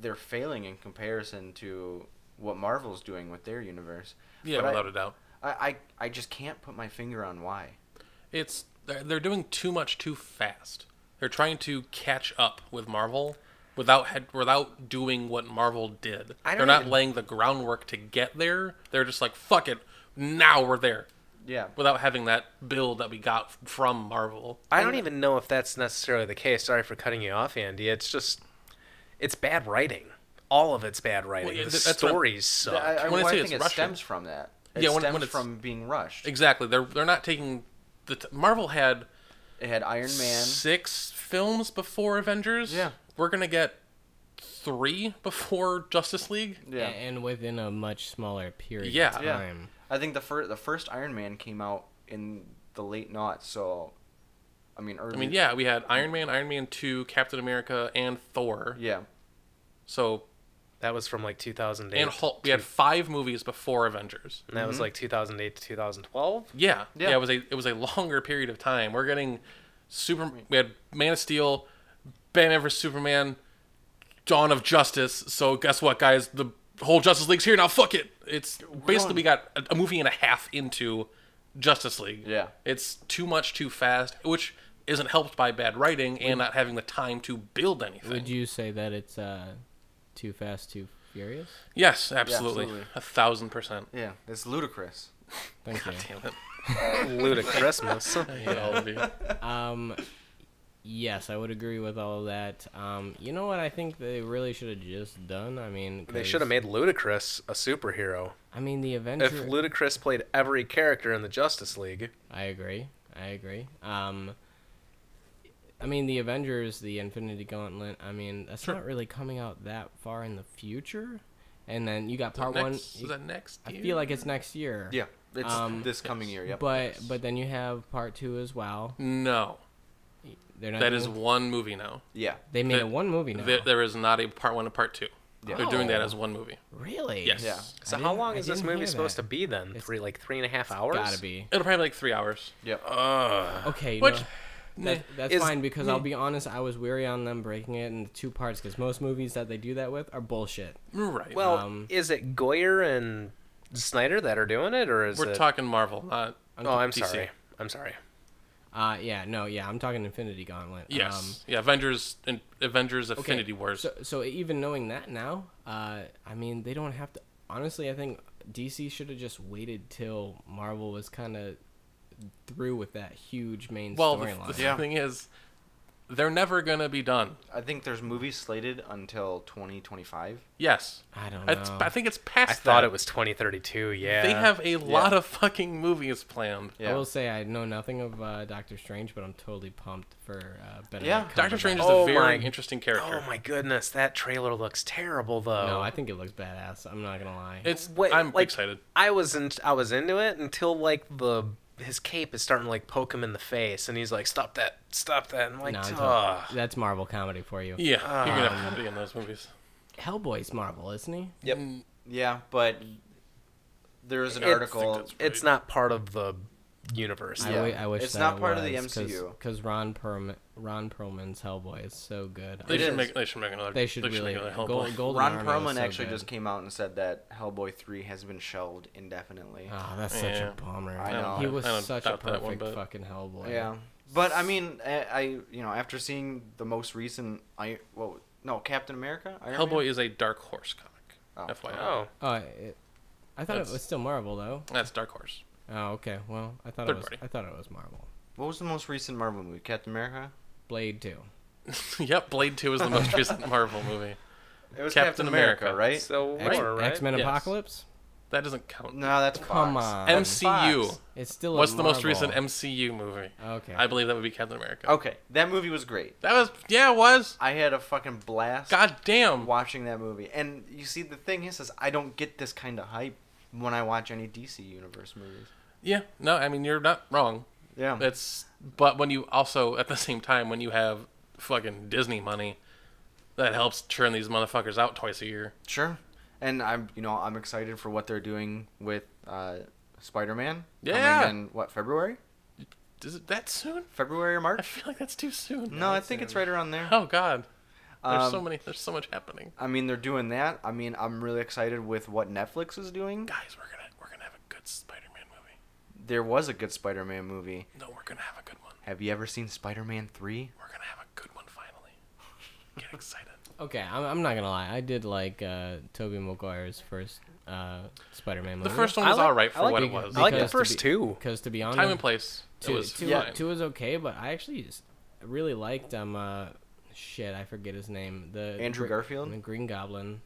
S3: they're failing in comparison to what Marvel's doing with their universe.
S2: yeah,
S3: but I-
S2: without a doubt.
S3: I, I I just can't put my finger on why.
S2: It's they're, they're doing too much too fast. They're trying to catch up with Marvel without had, without doing what Marvel did.
S4: I don't
S2: they're not
S4: even-
S2: laying the groundwork to get there. They're just like fuck it, now we're there
S3: Yeah.
S2: without having that build that we got f- from Marvel.
S4: I don't even know if that's necessarily the case. Sorry for cutting you off, Andy. It's just it's bad writing. All of it's bad writing.
S2: Well, yeah,
S4: the
S2: th- that's what I'm-
S4: stories suck.
S3: I, I,
S2: When I
S3: well, I
S2: say
S3: think
S2: it's
S3: it
S2: rushed,
S3: stems from that. It
S2: Yeah, when-
S3: stems
S2: when it's-
S3: from being rushed.
S2: Exactly. They're they're not taking the t- Marvel had
S3: It had Iron Man.
S2: six films before Avengers.
S3: Yeah.
S2: We're gonna get three before Justice League.
S3: Yeah,
S1: And within a much smaller period
S2: Yeah.
S1: of
S3: Yeah.
S1: time.
S3: I think the first the first Iron Man came out in the late noughts, so I mean early.
S2: I mean, yeah, we had Iron Man, Iron Man Two, Captain America, and Thor.
S3: yeah,
S2: So
S4: that was from like 2008.
S2: and Hulk. We had Mm-hmm. five movies before Avengers.
S4: and that was like 2008 to 2012.
S2: Yeah, yeah.
S3: Yeah.
S2: it was a it was a longer period of time. We're getting super. We had Man of Steel, Batman vs Superman, Dawn of Justice. So guess what, guys? The whole Justice League's here now. Fuck it. It's basically we got a, a movie and a half into Justice League.
S3: Yeah.
S2: it's too much too fast, which isn't helped by bad writing and not having the time to build anything.
S1: Would you say that it's uh, too fast, too furious?
S2: Yes, absolutely.
S3: absolutely.
S2: A thousand percent.
S3: yeah. It's ludicrous.
S1: Thank you.
S2: Damn it.
S4: Ludicrismus.
S2: Yeah, all of you.
S1: Um, yes, I would agree with all of that. Um, you know what? I think they really should have just done. I mean,
S4: they
S1: 'cause-
S4: should have made Ludacris a superhero.
S1: I mean, the
S4: If
S1: Avengers.
S4: Ludacris played every character in the Justice League,
S1: I agree. I agree. Um, I mean, the Avengers, the Infinity Gauntlet. I mean, that's not really coming out that far in the future. And then you got part
S2: next,
S1: one.
S2: Is that next?
S1: I
S2: year?
S1: feel like it's next year.
S3: Yeah, it's
S1: Um,
S3: this coming year. Yep.
S1: But but then you have part two as well.
S2: no.
S1: They're not.
S2: That is
S1: doing-
S2: one movie now.
S3: yeah,
S1: They made
S2: that-
S1: a one movie now.
S2: There, there is not a part one and part two.
S3: Yeah.
S2: They're doing that
S1: Oh.
S2: as one movie.
S1: Really?
S2: Yes.
S3: Yeah.
S4: So
S1: I
S4: how
S1: didn't-
S4: long
S1: I
S4: is this
S1: didn't
S4: movie
S1: hear
S4: supposed
S1: that.
S4: to be then?
S1: It's
S4: three like three and a half hours.
S1: Gotta be.
S2: It'll probably be like three hours.
S3: Yep.
S1: Okay.
S2: Which-
S1: no, that- that's
S4: Is-
S1: fine because I'll be honest, I was weary on them breaking it into two parts because most movies that they do that with are bullshit.
S2: Right.
S4: Well,
S1: Um,
S4: is it Goyer and Snyder that are doing it, or is
S2: we're
S4: it?
S2: talking Marvel, not
S4: oh, I'm
S2: DC.
S4: sorry. I'm sorry.
S1: Uh, yeah, no, yeah, I'm talking Infinity Gauntlet.
S2: Yes.
S1: Um,
S2: yeah. Avengers and Avengers
S1: okay,
S2: Affinity Wars.
S1: So, so even knowing that now, uh, I mean, they don't have to. Honestly, I think DC should have just waited till Marvel was kind of through with that huge main
S2: well, the,
S1: storyline.
S2: the thing is, they're never gonna be done.
S3: I think there's movies slated until 2025.
S2: Yes.
S1: I don't
S2: It's,
S1: know.
S2: I think it's past.
S4: I thought
S2: that.
S4: it was 2032. Yeah.
S2: They have a lot of fucking movies planned.
S3: Yeah.
S1: I will say I know nothing of uh, Doctor Strange, but I'm totally pumped for uh, Benedict
S3: Yeah,
S2: Doctor Strange is
S4: Oh
S2: a very
S4: my-
S2: interesting character.
S4: Oh my goodness, that trailer looks terrible though.
S1: No, I think it looks badass. I'm not gonna lie.
S2: It's.
S4: Wait,
S2: I'm
S4: like,
S2: excited.
S4: I was in, I was into it until like the his cape is starting to like poke him in the face, and he's like, "Stop that! Stop that!" I'm like,
S1: no, I'm
S4: "Ugh."
S1: tot- that's Marvel comedy for you.
S2: Yeah.
S3: Ah.
S2: you're gonna have to be in those movies.
S1: Hellboy's Marvel, isn't he?
S3: Yep. Yeah, but there is an
S4: It's-
S3: article.
S2: that's-
S4: it's not part of the universe.
S1: I
S3: Yeah.
S1: wi- I wish
S3: It's
S1: that
S3: not
S1: it
S3: part of the
S1: was, 'cause-
S3: MCU.
S1: Cause Ron Perlman, Ron Perlman's Hellboy is so good.
S2: They
S1: I-
S2: should
S3: is.
S2: make. They should make another.
S1: They should really
S2: make another
S1: Gold,
S2: Hellboy.
S1: Golden
S3: Ron
S1: Army was
S3: Perlman
S1: so
S3: actually
S1: good.
S3: just came out and said that Hellboy 3 has been shelved indefinitely.
S1: Ah, that's such
S2: Yeah.
S1: a bummer.
S3: I know.
S1: He
S3: I
S1: was
S2: don't
S1: such a
S2: doubt that one
S1: perfect
S2: bit.
S1: fucking Hellboy.
S3: Yeah, but I mean, I, I you know after seeing the most recent I well no Captain America Iron Man?
S2: Hellboy is a Dark Horse comic.
S3: Oh.
S2: FYI.
S4: Oh,
S1: Oh, it, I thought
S2: That's-
S1: it was still Marvel though.
S2: That's Dark Horse.
S1: Oh, okay. Well, I thought it
S2: Third
S1: was.
S2: party.
S1: I thought it was Marvel.
S3: What was the most recent Marvel movie? Captain America.
S1: Blade Two.
S2: yep, Blade Two is the most recent Marvel movie.
S3: It was
S2: Captain
S3: Captain America,
S2: America.
S3: right?
S4: so
S1: X,
S4: war, right?
S1: X-Men
S2: Yes.
S1: Apocalypse.
S2: That doesn't count.
S3: No, that's
S1: Come
S3: Fox.
S1: on.
S3: That's
S2: MCU.
S3: Fox.
S1: It's still. a
S2: What's the most
S1: Marvel.
S2: recent MCU movie?
S1: Okay.
S2: I believe that would be Captain America.
S3: Okay, that movie was great.
S2: That was yeah, it was.
S3: I had a fucking blast
S2: God damn.
S3: watching that movie. And you see, the thing is, is I don't get this kind of hype when I watch any DC universe movies.
S2: Yeah, no, I mean you're not wrong.
S3: Yeah.
S2: That's but when you also at the same time when you have fucking Disney money, that helps churn these motherfuckers out twice a year.
S3: Sure. And I'm, you know, I'm excited for what they're doing with uh, Spider-Man.
S2: Yeah.
S3: Coming in what February?
S2: Is it that soon?
S3: February or
S2: I
S3: March?
S2: feel like that's too soon.
S3: No, I think it's right around there.
S2: Oh God. There's so
S3: Um,
S2: many. There's so much happening.
S3: I mean, they're doing that. I mean, I'm really excited with what Netflix is doing.
S2: Guys, we're gonna we're gonna have a good Spider-Man movie.
S3: There was a good Spider-Man movie.
S2: No, we're gonna have a good one.
S3: Have you ever seen Spider-Man 3?
S2: We're gonna have a good one finally. Get excited.
S1: Okay, I'm, I'm not gonna lie. I did like uh, Tobey Maguire's first uh, Spider-Man movie.
S2: The first one was
S4: like-
S2: all right
S4: I
S2: for
S4: like
S2: what
S1: Be-
S2: it was.
S4: I like the
S1: because to
S4: first
S1: be-
S4: two.
S1: Because to be honest,
S2: Time and place.
S1: Two,
S2: it was
S1: two,
S2: fine.
S1: two was okay, but I actually s- really liked um uh, shit. I forget his name. The
S3: Andrew
S1: Gre-
S3: Garfield?
S1: The Green Goblin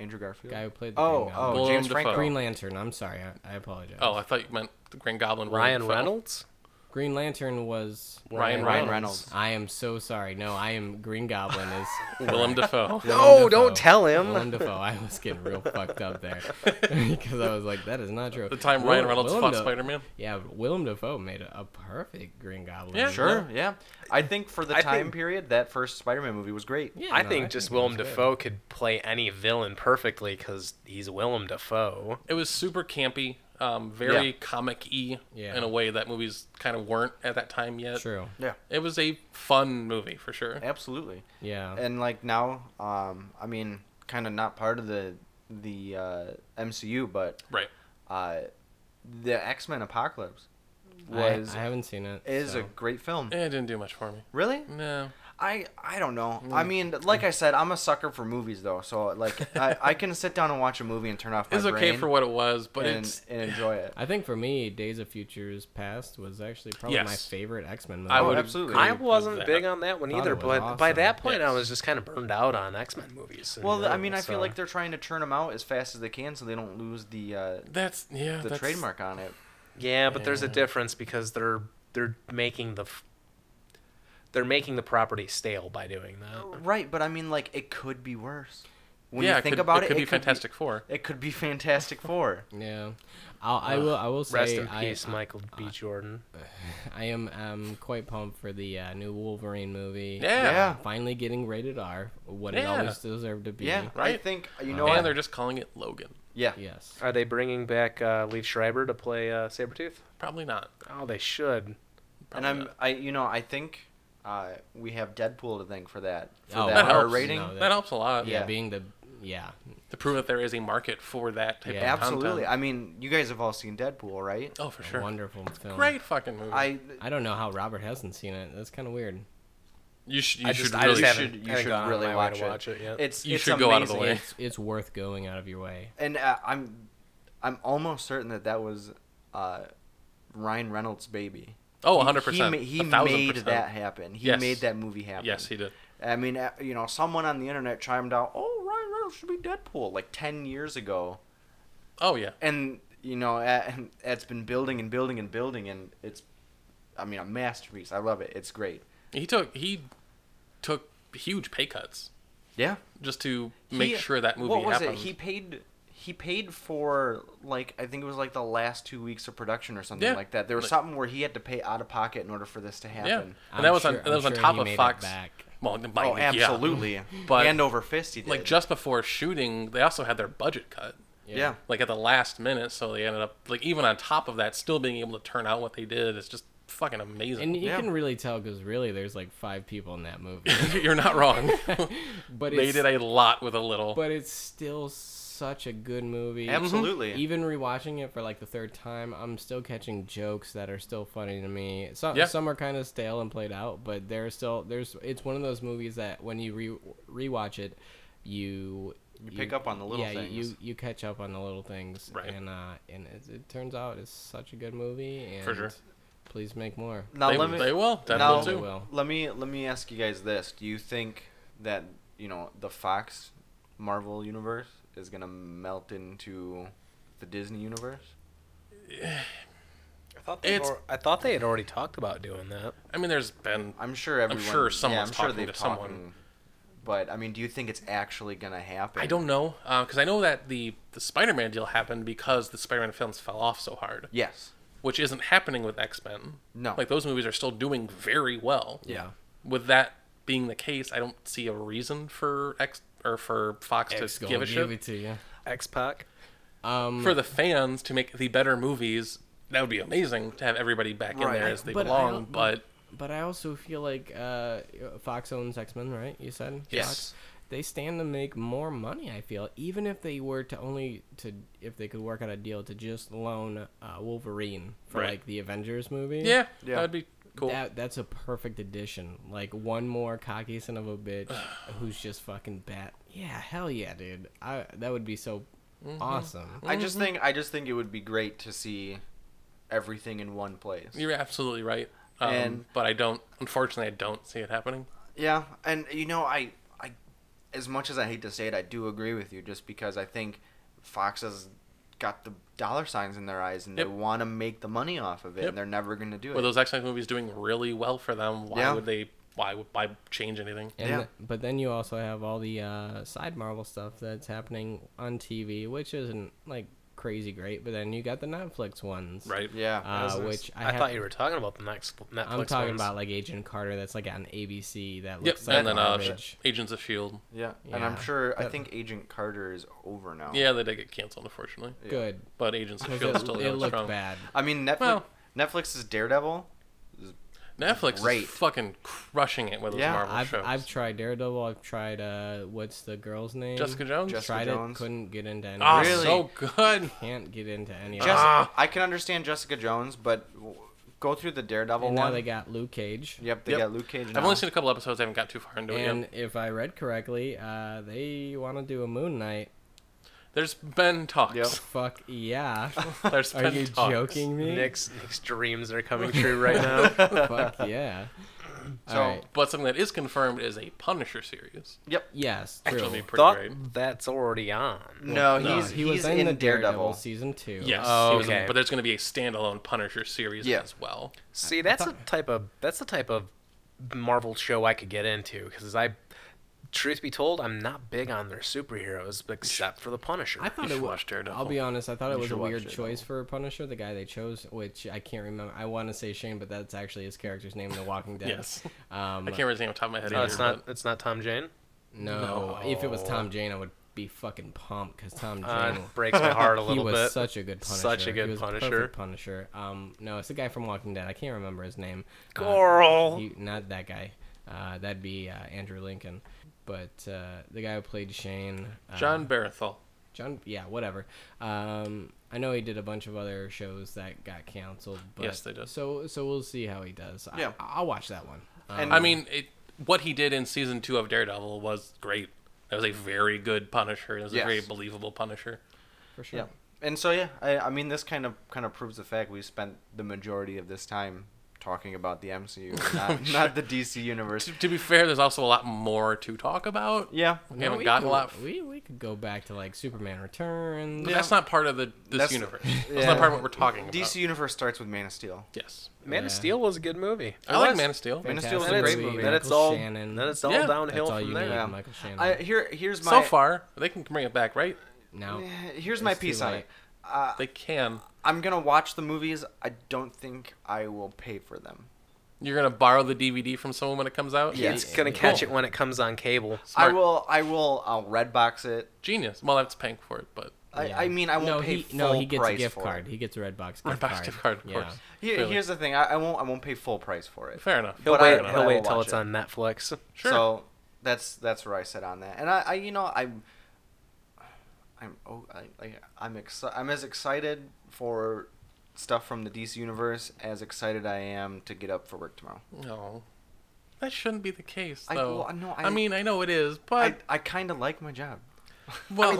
S3: Andrew Garfield.
S1: guy who played the
S3: oh,
S1: Green Goblin.
S3: oh,
S2: Willem
S3: James
S2: Dafoe.
S3: Franco.
S1: Green Lantern. I'm sorry. I, I apologize.
S2: Oh, I thought you meant the Green Goblin. Willem
S4: Ryan
S2: Dafoe.
S4: Reynolds.
S1: Green Lantern was.
S2: Ryan
S3: Ryan
S2: Reynolds.
S3: Reynolds.
S1: I am so sorry. No, I am Green Goblin is.
S2: Willem Dafoe.
S4: No,
S3: Oh,
S1: Willem
S4: don't
S1: Dafoe.
S4: tell him.
S1: Willem Dafoe. I was getting real fucked up there because I was like, that is not true.
S2: The time Ryan
S1: Will-
S2: Reynolds
S1: Willem
S2: fought
S1: Da-
S2: Spider Man.
S1: Yeah, but Willem Dafoe made a, a perfect Green Goblin.
S2: Yeah,
S3: Sure, yeah. I think for the
S4: I
S3: time
S4: think-
S3: period, that first Spider-Man movie was great.
S1: Yeah,
S4: I
S1: no,
S4: think just
S1: it
S4: Willem
S1: was good.
S4: Dafoe could play any villain perfectly because he's Willem Dafoe.
S2: It was super campy, um, very
S3: Yeah.
S2: comic y
S1: Yeah.
S2: in a way that movies kind of weren't at that time yet.
S1: True.
S3: Yeah,
S2: It was a fun movie for sure.
S3: absolutely.
S1: Yeah.
S3: And like now, um, I mean, kind of not part of the the uh, MCU, but
S2: Right.
S3: uh, the X Men Apocalypse was
S1: I, I haven't seen it.
S3: is
S1: so.
S3: a great film.
S2: It didn't do much for me.
S3: Really?
S2: No.
S3: I I don't know. I mean, like I said, I'm a sucker for movies though. So like, I, I can sit down and watch a movie and turn off
S2: It
S3: my
S2: was okay
S3: brain
S2: for what it was, but
S3: and,
S2: it's.
S3: and enjoy it.
S1: I think for me, Days of Futures Past was actually probably my
S2: Yes.
S1: favorite X Men movie.
S2: I
S3: Oh,
S2: would
S3: absolutely.
S2: agree
S3: I
S4: I
S2: with
S4: wasn't
S2: that.
S4: big on that one
S1: Thought
S4: either,
S1: it was
S4: but by
S1: awesome.
S4: that point, I
S2: Yes.
S4: was just kind of burned out on X Men movies. in
S3: Well, I
S4: general,
S3: mean, I
S4: so-
S3: feel like they're trying to turn them out as fast as they can so they don't lose the uh,
S2: That's yeah.
S3: the
S2: that's-
S3: trademark on it.
S4: yeah, but there's a difference because they're they're making the f- they're making the property stale by doing that.
S3: Oh. Right, but I mean, like it could be worse. when
S2: yeah,
S3: you think
S2: could,
S3: about it,
S2: it could be Fantastic Four.
S3: it could be Fantastic Four.
S1: Yeah, I'll, I will. I will say
S4: Rest in
S1: I-
S4: peace, Michael B. Jordan.
S1: I am um, quite pumped for the uh, new Wolverine movie.
S2: Yeah.
S3: Yeah.
S1: Finally getting rated R, what it
S2: Yeah.
S1: always deserved to be.
S3: Yeah, I
S2: Right.
S3: think you know
S2: And
S3: what.
S2: they're just calling it Logan.
S3: Yeah,
S1: Yes.
S4: Are they bringing back uh, Leaf Schreiber to play uh, Sabretooth?
S2: Probably not.
S4: Oh, they should.
S3: and
S2: Probably
S3: I'm
S2: not.
S3: I you know I think uh, we have Deadpool to thank for that for
S1: Oh,
S3: that
S1: That
S3: R
S2: helps.
S3: rating.
S1: No,
S2: that,
S1: that-
S2: helps a lot.
S1: yeah,
S3: yeah.
S1: being the yeah.
S2: To prove that there is a market for that type
S1: Yeah.
S2: of content.
S3: Absolutely. I mean, you guys have all seen Deadpool, right?
S2: Oh, for sure.
S1: Wonderful film.
S2: Great fucking movie.
S3: I
S1: I don't know how Robert hasn't seen it. That's kind of weird.
S2: you sh- you
S4: I
S2: should
S4: just, I
S2: really
S4: just
S3: you
S4: haven't,
S3: should- you
S4: haven't
S3: should
S4: gone out of
S3: really
S4: my way
S3: watch
S4: to
S3: it.
S4: watch it yet.
S3: it's
S2: You
S3: it's
S2: should
S3: amazing.
S2: go out of the way.
S1: It's it's worth going out of your way.
S3: And uh, I'm I'm almost certain that that was uh, Ryan Reynolds' baby.
S2: Oh,
S3: He-
S2: 100%.
S3: He, ma- he
S2: a thousand
S3: made
S2: percent.
S3: that happen. He
S2: Yes.
S3: made that movie happen.
S2: Yes, he did.
S3: I mean, uh, you know, someone on the internet chimed out, "Oh, Ryan Reynolds should be Deadpool," like ten years ago,
S2: Oh, yeah.
S3: and you know, a- and it's been building and building and building, and it's, I mean, a masterpiece. I love it. It's great.
S2: He took he took huge pay cuts
S3: Yeah.
S2: just to make
S3: He-
S2: sure that movie
S3: What was
S2: happened.
S3: it? He paid. He paid for like I think it was like the last two weeks of production or something
S2: Yeah.
S3: like that. There was
S2: Like-
S3: something where he had to pay out of pocket in order for this to
S2: yeah,
S3: happen.
S2: and that was on that
S1: I'm
S2: was on
S1: sure
S2: top
S1: he
S2: of
S1: made it
S2: Fox.
S1: back.
S2: Well, the-
S3: Oh,
S2: yeah.
S3: absolutely.
S2: But-
S3: hand over fist, he did.
S2: Like just before shooting, they also had their budget cut,
S3: yeah.
S2: like at the last minute. So they ended up like even on top of that, still being able to turn out what they did is just fucking
S1: And
S2: amazing.
S1: you
S3: Yeah.
S1: can really tell because really there's like five people in that movie.
S2: You're not wrong.
S1: But
S2: they
S1: it's,
S2: did a lot with a little.
S1: but it's still such a good movie.
S3: Absolutely.
S1: Even rewatching it for like the third time, I'm still catching jokes that are still funny to me. Some
S2: Yeah.
S1: some are kind of stale and played out, but there's still there's it's one of those movies that when you re rewatch it, you
S3: You pick up on the little
S1: yeah, you- you
S3: things.
S1: you catch up on the little things,
S2: Right.
S1: And uh, and it, it turns out it's such a good movie, and
S2: For sure.
S1: please make more.
S3: Now
S2: they,
S3: let me
S2: they will. Deadpool
S3: now-
S1: They
S2: too.
S1: will.
S3: let me let me ask you guys this: Do you think that you know the Fox Marvel universe is gonna melt into the Disney universe?
S4: I thought,
S2: they
S4: they
S2: It's-
S4: were, I thought they had already talked about doing that.
S2: I mean, there's been
S3: I'm sure everyone.
S2: sure
S3: yeah,
S2: someone's
S3: I'm sure
S2: talking
S3: they've
S2: to someone.
S3: talking, But I mean, do you think it's actually gonna happen?
S2: I don't know because I know that the the Spider-Man deal happened because the Spider-Man films fell off so hard,
S3: Yes.
S2: which isn't happening with X-Men.
S3: No.
S2: like those movies are still doing very well.
S1: Yeah.
S2: With that being the case, I don't see a reason for X or for Fox
S1: It's
S2: to
S1: gonna
S2: give a shit
S1: it to you.
S4: X Pac.
S1: Um,
S2: for the fans to make the better movies. That would be amazing to have everybody back in
S3: Right.
S2: there as they
S1: But I
S2: belong.
S1: don't-
S2: But
S1: But I also feel like uh, Fox owns X Men, right? You said
S2: Yes.
S1: Fox? They stand to make more money. I feel even if they were to only to if they could work out a deal to just loan uh, Wolverine for
S2: Right.
S1: like the Avengers movie.
S2: yeah,
S3: Yeah.
S2: that would be cool.
S1: That, that's a perfect addition. Like one more cocky son of a bitch who's just fucking bat. Yeah, hell yeah, dude. I that would be so
S2: Mm-hmm.
S1: awesome.
S3: I just think I just think it would be great to see everything in one place.
S2: You're absolutely right. Um,
S3: And-
S2: but I don't. Unfortunately, I don't see it happening.
S3: Yeah, and you know, I, I, as much as I hate to say it, I do agree with you, just because I think Fox has got the dollar signs in their eyes, and
S2: Yep.
S3: they want to make the money off of it,
S2: Yep.
S3: and they're never going to do it.
S2: Were those X Men movies doing really well for them? Why
S3: Yeah.
S2: would they? Why would why change anything?
S1: And
S3: Yeah.
S1: th- but then you also have all the uh, side Marvel stuff that's happening on TV, which isn't like crazy great. But then you got the Netflix ones,
S2: Right.
S3: yeah,
S1: Uh, which I,
S4: I,
S1: have,
S4: thought you were talking about the next Netflix.
S1: I'm talking
S4: ones.
S1: about like Agent Carter, that's like on ABC. That
S2: Yep.
S1: looks like
S2: and then uh,
S1: garbage.
S2: Agents of Shield.
S3: yeah, and I'm
S1: yeah.
S3: sure I
S1: That-
S3: think Agent Carter is over now.
S2: Yeah, they did get canceled, unfortunately.
S1: good.
S2: But Agents of
S1: 'Cause
S2: Shield
S1: it,
S2: still
S1: it
S2: going
S1: looked
S2: strong.
S1: bad.
S3: I mean Netflix.
S2: Well-
S3: Netflix's Daredevil.
S2: Netflix
S3: Great.
S2: is fucking crushing it with those
S3: Yeah,
S2: Marvel
S1: I've,
S2: shows.
S1: I've tried Daredevil. I've tried uh, what's the girl's name?
S2: Jessica Jones.
S3: Jessica
S1: tried
S3: Jones.
S1: it. Couldn't get into any.
S2: Ah,
S1: of it.
S3: Really?
S2: so good.
S1: Can't get into any.
S3: Jess-
S1: of it.
S2: Ah.
S3: I can understand Jessica Jones, but w- go through the Daredevil
S1: And now
S3: one.
S1: they got Luke Cage.
S3: yep, they
S2: Yep.
S3: got Luke Cage.
S2: I've
S3: now.
S2: only seen a couple episodes. I haven't got too far into it
S1: And
S2: yet.
S1: if I read correctly, uh, they want to do a Moon Knight.
S2: There's been talks.
S3: Yep.
S1: Fuck yeah.
S2: There's
S1: Are
S2: been
S1: you
S2: talks.
S1: joking me?
S4: Nick's, Nick's dreams are coming true right now.
S1: Fuck yeah.
S3: So-
S1: Alright.
S2: But something that is confirmed is a Punisher series.
S1: Yes,
S2: Which
S1: true.
S2: will be pretty
S4: Thought
S2: great.
S4: that's already on.
S3: No,
S1: No,
S3: he's
S1: he was
S3: he's
S1: in, the Daredevil,
S3: Daredevil.
S1: season two.
S2: Yes.
S4: Oh,
S2: he was in-
S4: okay.
S2: but there's going to be a standalone Punisher series
S3: Yeah.
S2: as well.
S4: See, that's the type of that's the type of Marvel show I could get into because I truth be told, I'm not big on their superheroes except for the Punisher.
S1: I thought it
S2: You should
S1: was.
S2: watch Daredevil.
S1: I'll be honest. I thought it
S3: You
S1: was a
S3: should watch
S1: weird
S3: Daredevil.
S1: choice for Punisher, the guy they chose, which I can't remember. I want to say Shane, but that's actually his character's name in The Walking Dead.
S2: Yes.
S1: Um,
S2: I can't remember his name off the top of my head.
S4: oh,
S2: either,
S4: it's not. It's not Tom Jane.
S1: No, if it was
S4: No.
S1: Tom Jane, I would be fucking pumped because Tom Jane.
S4: Uh, it breaks my heart a
S1: he
S4: little
S1: was
S4: bit.
S1: such a good Punisher.
S4: Such a good
S1: he was
S4: Punisher.
S1: perfect Punisher. Um, no, it's the guy from Walking Dead. I can't remember his name. Uh,
S4: Girl.
S1: he- not that guy. Uh, that'd be uh, Andrew Lincoln. But uh, the guy who played Shane. Uh,
S2: but- John Barenthal.
S1: John. Yeah, whatever. Um, I know he did a bunch of other shows that got canceled. But,
S2: Yes, they did.
S1: So, so we'll see how he does. I,
S3: Yeah.
S1: I'll watch that one. uh,
S3: And
S2: I mean, it, what he did in season two of Daredevil was great. That was a very good Punisher. That was a
S3: Yes.
S2: very believable Punisher.
S1: for sure.
S3: yeah. And so yeah, I, I mean this kind of kind of proves the fact we spent the majority of this time talking about the MCU,
S1: Oh,
S3: not, not the DC universe.
S2: To, to be fair, there's also a lot more to talk about.
S3: Yeah.
S2: We
S1: No,
S2: haven't
S1: we
S2: gotten
S1: could,
S2: a lot. But
S1: We, we could go back to like Superman Returns.
S2: That's not part of the this
S3: That's-
S2: universe.
S3: yeah.
S2: That's not part of what we're talking about.
S3: DC universe starts with Man of Steel.
S2: Yes.
S4: Man
S1: Yeah.
S4: of Steel was a good movie.
S2: I like
S3: was-
S2: Man of Steel.
S3: Man of
S1: Fantastic
S3: Steel is a great movie.
S4: Then it's
S1: Michael
S4: all.
S1: Shannon.
S4: Then it's all
S2: Yeah.
S4: downhill
S1: That's all you
S4: from
S1: need,
S4: there.
S3: Yeah.
S1: Michael Shannon.
S3: I, here here's my
S2: So far, they can bring it back, right?
S1: no,
S3: Eh, Here's my
S1: It's too
S3: piece on
S1: late.
S3: it. Uh,
S2: They can.
S3: I'm gonna watch the movies. I don't think I will pay for them.
S2: You're gonna borrow the DVD from someone when it comes out.
S3: Yeah.
S4: It's gonna
S1: Cool.
S4: catch it when it comes on cable.
S2: Smart.
S3: I will. I will. I'll red box it.
S2: Genius. Well, that's paying for it, but
S3: I,
S1: Yeah.
S3: I mean, I won't
S1: no,
S3: pay
S1: he,
S3: full
S1: no, he gets
S3: price
S1: a gift
S3: for
S1: card.
S3: it.
S1: He gets a Redbox gift
S2: Redbox
S1: card.
S2: gift card, of
S1: yeah.
S2: course.
S3: Here-
S2: Clearly.
S3: here's the thing. I, I won't. I won't pay full price for it.
S2: fair enough.
S4: He'll
S3: But
S4: wait.
S3: I-
S4: he'll
S3: I
S4: wait
S3: will
S4: till
S3: watch
S4: it's
S3: it.
S4: on Netflix.
S2: Sure.
S3: So that's that's where I sit on that. And I, I you know, I'm, I'm, oh, I, I, I'm exci- I'm as excited for stuff from the DC universe as excited I am to get up for work tomorrow.
S2: No, that shouldn't be the case.
S3: I-
S2: Though.
S3: well, no,
S2: I,
S3: I-
S2: mean, I know it is,
S3: I,
S2: but
S3: I kind of like my job.
S2: well,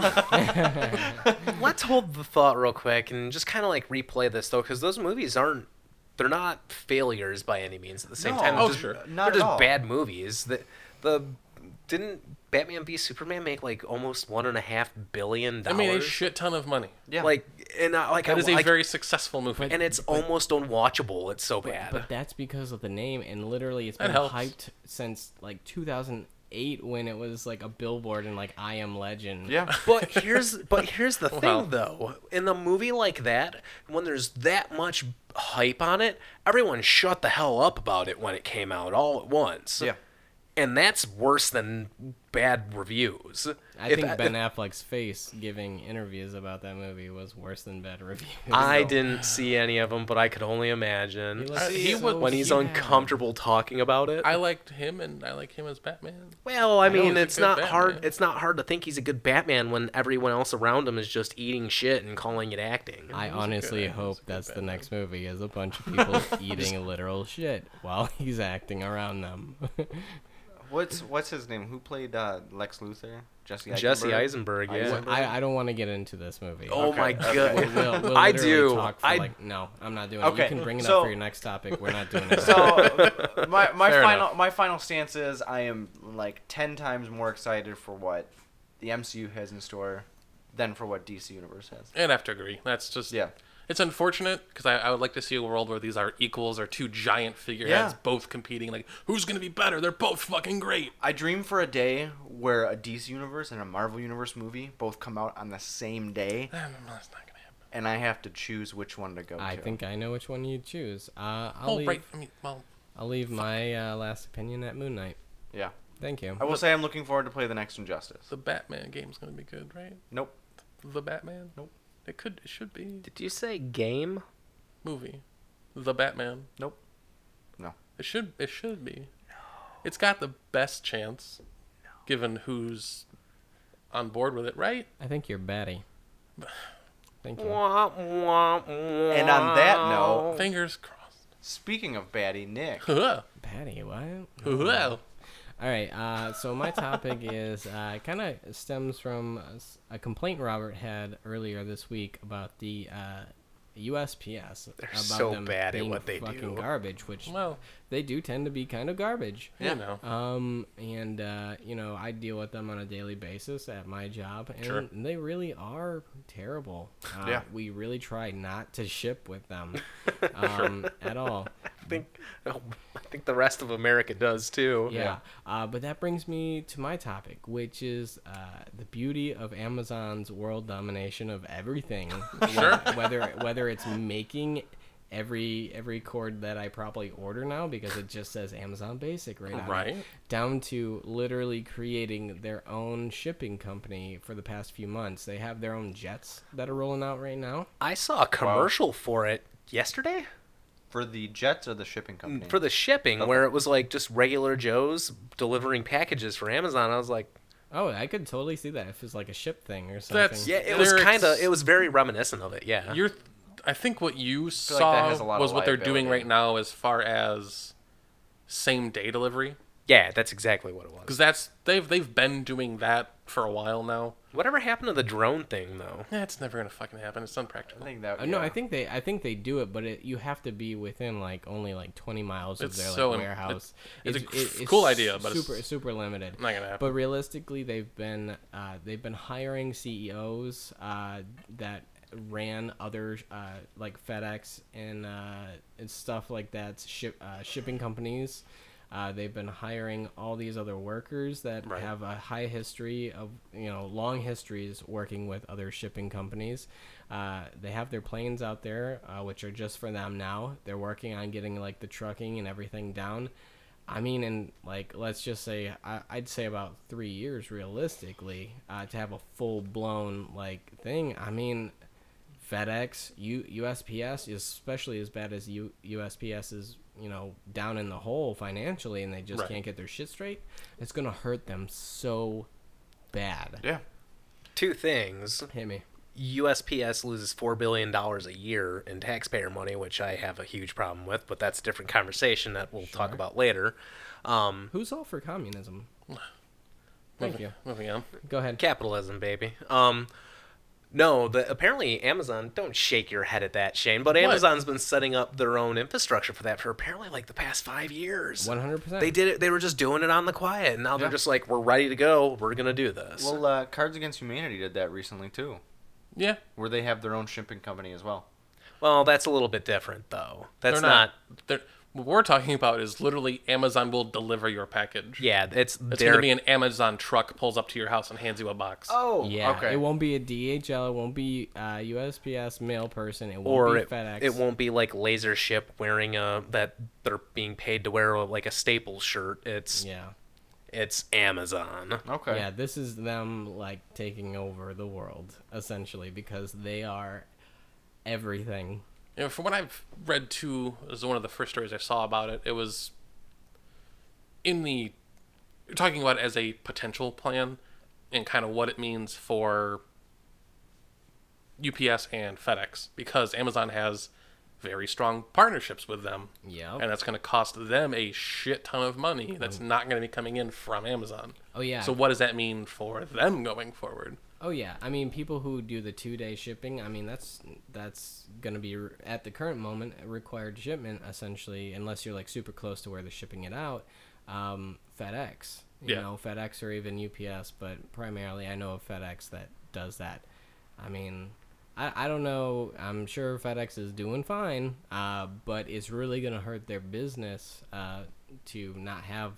S4: Let's hold the thought real quick and just kind of like replay this though, because those movies aren't. They're not failures by any means. At the same
S3: No.
S4: time,
S2: Oh,
S4: just-
S2: sure.
S3: Not at
S4: they're just
S3: all.
S4: bad movies. The, the didn't Batman v Superman make like almost one and a half billion
S2: I
S4: dollars?
S2: mean, a shit ton of money.
S3: Yeah.
S4: Like and I, like
S2: That
S4: I,
S2: is a
S4: like-
S2: very successful movie.
S4: and it's almost unwatchable. It's so bad.
S1: But that's because of the name, and literally, it's
S2: That
S1: been
S2: helps.
S1: hyped since like 2008 when it was like a billboard and like I Am Legend.
S3: yeah.
S4: But here's but here's the
S2: Wow.
S4: thing though. In a movie like that, when there's that much hype on it, everyone shut the hell up about it when it came out all at once.
S3: Yeah.
S4: And that's worse than bad reviews.
S1: I
S4: If
S1: think
S4: I,
S1: Ben Affleck's face giving interviews about that movie was worse than bad reviews.
S4: I didn't see any of them, but I could only imagine.
S1: looks
S2: he
S1: so
S4: when he's
S1: sad.
S4: uncomfortable talking about it.
S2: I liked him, and I like him as Batman.
S4: well, I
S2: know he's
S4: mean,
S2: a
S4: it's
S2: good
S4: not
S2: Batman.
S4: hard. It's not hard to think he's a good Batman when everyone else around him is just eating shit and calling it acting.
S1: I
S2: was a good-
S1: honestly
S2: it was a
S1: hope
S2: good
S1: that's the
S2: Batman.
S1: next movie is a bunch of people eating literal shit while he's acting around them.
S3: What's what's his name? Who played uh, Lex Luthor? Jesse. Eisenberg?
S4: Jesse Eisenberg, yeah.
S3: Eisenberg.
S1: I, I don't want to get into this movie.
S4: Oh my god!
S1: We'll- we'll- we'll
S4: I
S1: literally
S4: do.
S1: Talk for
S4: I
S1: like, no, I'm not doing it.
S3: Okay,
S1: You can bring it up
S3: so-
S1: for your next topic. We're not doing it.
S3: So my my
S2: Fair
S3: final
S2: enough.
S3: my final stance is I am like ten times more excited for what the MCU has in store than for what DC Universe has.
S2: I'd have to agree. That's just
S3: Yeah.
S2: It's unfortunate because I, I would like to see a world where these are equals or two giant figureheads
S3: Yeah.
S2: both competing. Like, who's gonna be better? They're both fucking great.
S3: I dream for a day where a DC Universe and a Marvel Universe movie both come out on the same day,
S2: Eh, no, That's not gonna happen.
S3: and I have to choose which one to go
S1: I
S3: to.
S1: think I know which one you choose. Uh, I'll
S2: Oh
S1: leave.
S2: right. I mean, well,
S1: I'll leave my uh, last opinion at Moon Knight.
S3: Yeah.
S1: Thank you.
S3: I will say I'm looking forward to play the next Injustice.
S2: the Batman game's gonna be good, right?
S3: Nope.
S2: The Batman.
S3: Nope.
S2: It could. It should be
S4: Did you say game?
S2: movie. The Batman.
S3: Nope. No.
S2: It should. It should be. It's got the best chance, given who's on board with it, right?
S1: I think you're batty. Thank you.
S3: And
S4: And
S3: on that note,
S2: Fingers crossed.
S3: speaking of baddie Nick,
S1: Patty, what?
S2: Well,
S1: All right. Uh, so my topic is uh, kind of stems from a s- a complaint Robert had earlier this week about the uh, USPS. They're about
S4: so bad at
S1: being
S4: what they
S1: fucking
S4: do.
S1: Garbage, which
S2: Well,
S1: they do tend to be kind of garbage.
S2: You know.
S1: Um, and uh, you know, I deal with them on a daily basis at my job, and
S2: Sure.
S1: they really are terrible. Uh,
S2: Yeah.
S1: we really try not to ship with them um, at all.
S4: I think oh, I think the rest of America does too.
S1: Yeah. Uh, but that brings me to my topic, which is uh, the beauty of Amazon's world domination of everything.
S2: Sure.
S1: Whether whether it's making every every cord that I probably order now because it just says Amazon Basic right on it,
S2: Right.
S1: down to literally creating their own shipping company for the past few months. They have their own jets that are rolling out right now.
S4: I saw a commercial for it yesterday
S3: For the jets or the shipping company?
S4: for the shipping where it was like just regular Joes delivering packages for Amazon. I was like,
S1: Oh, I could totally see that if it's like a ship thing or something.
S2: That's-
S4: yeah, it was
S2: There
S4: kind of
S2: it's-
S4: it was very reminiscent of it. Yeah.
S2: You're, I think what you
S3: like
S2: saw
S3: that has a lot of
S2: was what they're doing
S3: liability.
S2: right now as far as same day delivery
S4: yeah, that's exactly what it was.
S2: because that's they've they've been doing that for a while now.
S4: Whatever happened to the drone thing though?
S2: That's never gonna fucking happen. It's
S3: I
S2: unpractical.
S3: think that.
S1: Uh, No,
S3: yeah.
S1: I think they I think they do it, but it, you have to be within like only like 20 miles of
S2: It's
S1: their
S2: so
S1: like,
S2: im-
S1: warehouse.
S2: it- it's a c- cool idea, but it's
S1: super super limited.
S2: not gonna happen.
S1: But realistically, they've been uh, they've been hiring CEOs uh, that ran other uh, like FedEx and uh, and stuff like that ship uh, shipping companies. Uh, they've been hiring all these other workers that
S2: Right.
S1: have a high history of you know long histories working with other shipping companies. Uh, they have their planes out there, uh, which are just for them now. They're working on getting like the trucking and everything down. I mean, in like let's just say I, I'd say about three years realistically uh, to have a full blown like thing. I mean, FedEx, U, USPS, especially as bad as U, USPS is, you know, down in the hole financially, and they just
S2: Right.
S1: can't get their shit straight. It's gonna hurt them so bad.
S2: Yeah.
S4: Two things.
S1: Hit me.
S4: USPS loses $4 billion a year in taxpayer money, which I have a huge problem with, but that's a different conversation that we'll talk about later.
S2: Mm.
S4: Um,
S1: Who's all for communism? Thank you.
S2: Moving on.
S1: Go ahead.
S4: capitalism, baby. Um, no, the, apparently Amazon, don't shake your head at that, Shane, but Amazon's been setting up their own infrastructure for that for apparently like the past five years.
S1: 100%.
S4: They did it, they were just doing it on the quiet, and now they're
S3: Yeah.
S4: just like, we're ready to go, we're going to do this.
S3: Well, uh, Cards Against Humanity did that recently too,
S2: Yeah.
S3: where they have their own shipping company as well.
S4: well, that's a little bit different, though. That's
S2: they're
S4: not.
S2: not. they're, what we're talking about is literally Amazon will deliver your package.
S4: Yeah, it's,
S2: It's
S4: their
S2: gonna be an Amazon truck pulls up to your house and hands you a box.
S3: Oh,
S1: Yeah,
S3: Okay.
S1: it won't be a DHL, it won't be uh, USPS mail person, it won't
S4: or
S1: be
S4: it,
S1: FedEx.
S4: it won't be like laser ship wearing a that they're being paid to wear like a Staples shirt. It's
S1: Yeah,
S4: it's Amazon.
S3: okay.
S1: yeah. This is them like taking over the world essentially because they are everything.
S2: You know, from what I've read too, it was one of the first stories I saw about it. It was in the you're talking about it as a potential plan and kind of what it means for UPS and FedEx because Amazon has very strong partnerships with them.
S1: Yeah.
S2: And that's going to cost them a shit ton of money that's not going to be coming in from Amazon.
S1: Oh, yeah.
S2: So what does that mean for them going forward?
S1: Oh yeah, I mean people who do the two day shipping. I mean that's that's gonna be re- at the current moment a required shipment essentially, unless you're like super close to where they're shipping it out. Um, FedEx, you
S2: Yeah.
S1: know, FedEx or even UPS, but primarily I know of FedEx that does that. I mean, I I don't know. I'm sure FedEx is doing fine, uh, but it's really gonna hurt their business uh, to not have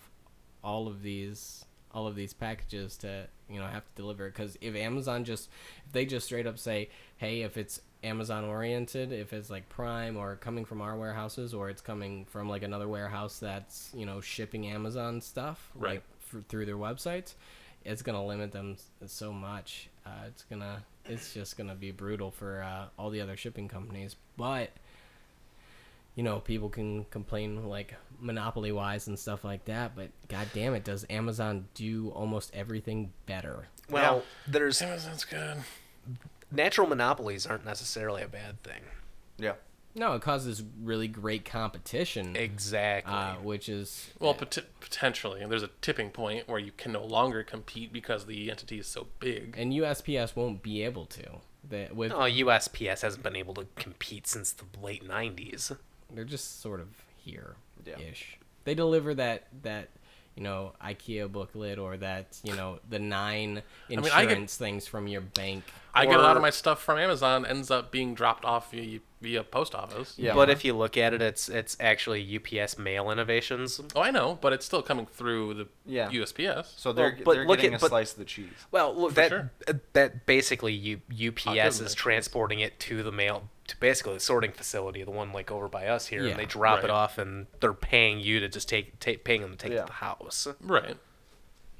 S1: all of these all of these packages to you know have to deliver because if amazon just if they just straight up say hey if it's amazon oriented if it's like prime or coming from our warehouses or it's coming from like another warehouse that's you know shipping amazon stuff
S2: Right.
S1: like, f- through their websites it's gonna limit them s- so much uh, it's gonna it's just gonna be brutal for uh, all the other shipping companies but you know, people can complain like monopoly wise and stuff like that, but god damn it, does Amazon do almost everything better?
S4: Well, there's
S2: Amazon's good.
S4: natural monopolies aren't necessarily a bad thing.
S1: Mm-hmm.
S3: Yeah.
S1: No, it causes really great competition,
S4: Exactly.
S1: uh, which is
S2: Well, pot- potentially, and there's a tipping point where you can no longer compete because the entity is so big.
S1: and USPS won't be able to. That with
S4: oh, USPS hasn't been able to compete since the late '90s.
S1: they're just sort of here ish. They deliver that that you know IKEA booklet or that you know the nine
S2: mean,
S1: insurance
S2: I get-
S1: things from your bank.
S2: I get a lot
S4: Or-
S2: of my stuff from Amazon ends up being dropped off via, via post office.
S3: Yeah.
S4: But if you look at it, it's it's actually UPS Mail Innovations.
S2: Oh, I know, but it's still coming through the
S3: Yeah.
S2: USPS.
S3: So they're,
S4: Well, but
S3: they're
S4: look
S3: getting a
S4: at- but-
S3: slice of the cheese.
S4: Well, look, that
S2: sure.
S4: uh, that basically U, UPS
S2: make
S4: is
S2: sense.
S4: transporting it to the mail to basically the sorting facility, the one like over by us here,
S1: Yeah,
S4: and they drop
S2: right.
S4: it off, and they're paying you to just take, take paying them to take it
S3: Yeah.
S4: to the house.
S2: Right.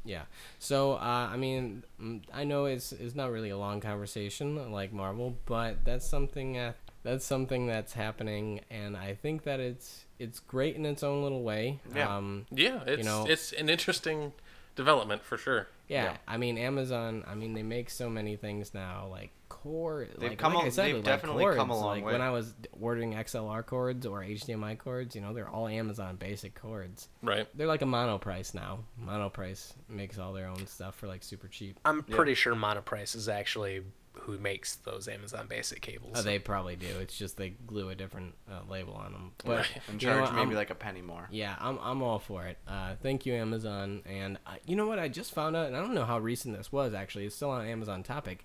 S1: Yeah. So uh, I mean, mm, I know it's it's not really a long conversation like Marvel, but that's something uh, that's something that's happening, and I think that it's it's great in its own little way.
S3: Yeah.
S1: Um,
S2: Yeah, it's
S1: know-
S2: it's an interesting development for sure.
S1: yeah,
S3: Yeah.
S1: I mean, Amazon. I mean, they make so many things now, like cord.
S3: They've
S1: like,
S3: come
S1: like
S3: a-
S1: I said,
S3: they've
S1: like
S3: definitely come
S1: cords,
S3: a long
S1: like,
S3: way.
S1: When I was d- ordering XLR cords or HDMI cords, you know, they're all Amazon basic cords.
S2: Right.
S1: They're like a mono price now. Mono price makes all their own stuff for like super cheap.
S4: I'm pretty sure Monoprice is actually who makes those Amazon Basic cables.
S1: Oh, they probably do. It's just they glue a different uh, label on them. But
S2: Right.
S3: And
S1: you know
S3: charge
S1: what,
S3: maybe
S1: I'm-
S3: like a penny more.
S1: yeah, I'm I'm all for it. Uh, thank you, Amazon. And uh, you know what? I just found out, and I don't know how recent this was. Actually, it's still on Amazon topic,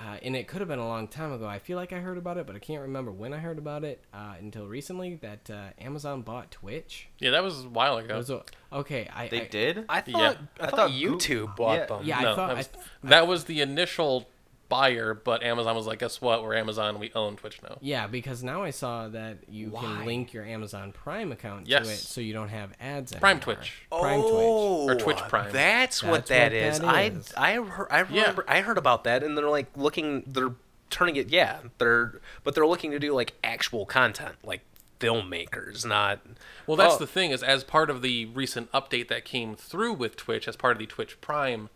S1: uh, and it could have been a long time ago. I feel like I heard about it, but I can't remember when I heard about it uh, until recently. That uh, Amazon bought Twitch.
S2: Yeah, that was a while
S1: That
S2: ago.
S1: was a- okay, I
S3: They
S1: I-
S3: did?
S4: I
S2: Yeah.
S4: thought I,
S3: I
S4: thought,
S3: thought Goo-
S4: YouTube bought
S3: yeah.
S4: them.
S1: Yeah, I
S2: No,
S1: thought
S2: that,
S1: I
S2: was,
S1: th-
S2: that was the initial buyer, but Amazon was like, guess what? We're Amazon. We own Twitch now.
S1: Yeah, because now I saw that you
S3: Why?
S1: can link your Amazon Prime account
S2: Yes.
S1: to it, so you don't have ads.
S2: Prime
S1: anymore.
S2: Twitch.
S1: Prime Twitch.
S4: Oh.
S2: Or Twitch Prime.
S4: That's, what
S1: That's what
S4: that is.
S1: that is.
S4: I I heard, I remember I heard about that, and they're like looking, they're turning it. Yeah, they're but they're looking to do like actual content, like filmmakers, not.
S2: Well, that's
S4: Oh,
S2: the thing is, as part of the recent update that came through with Twitch, as part of the Twitch Prime,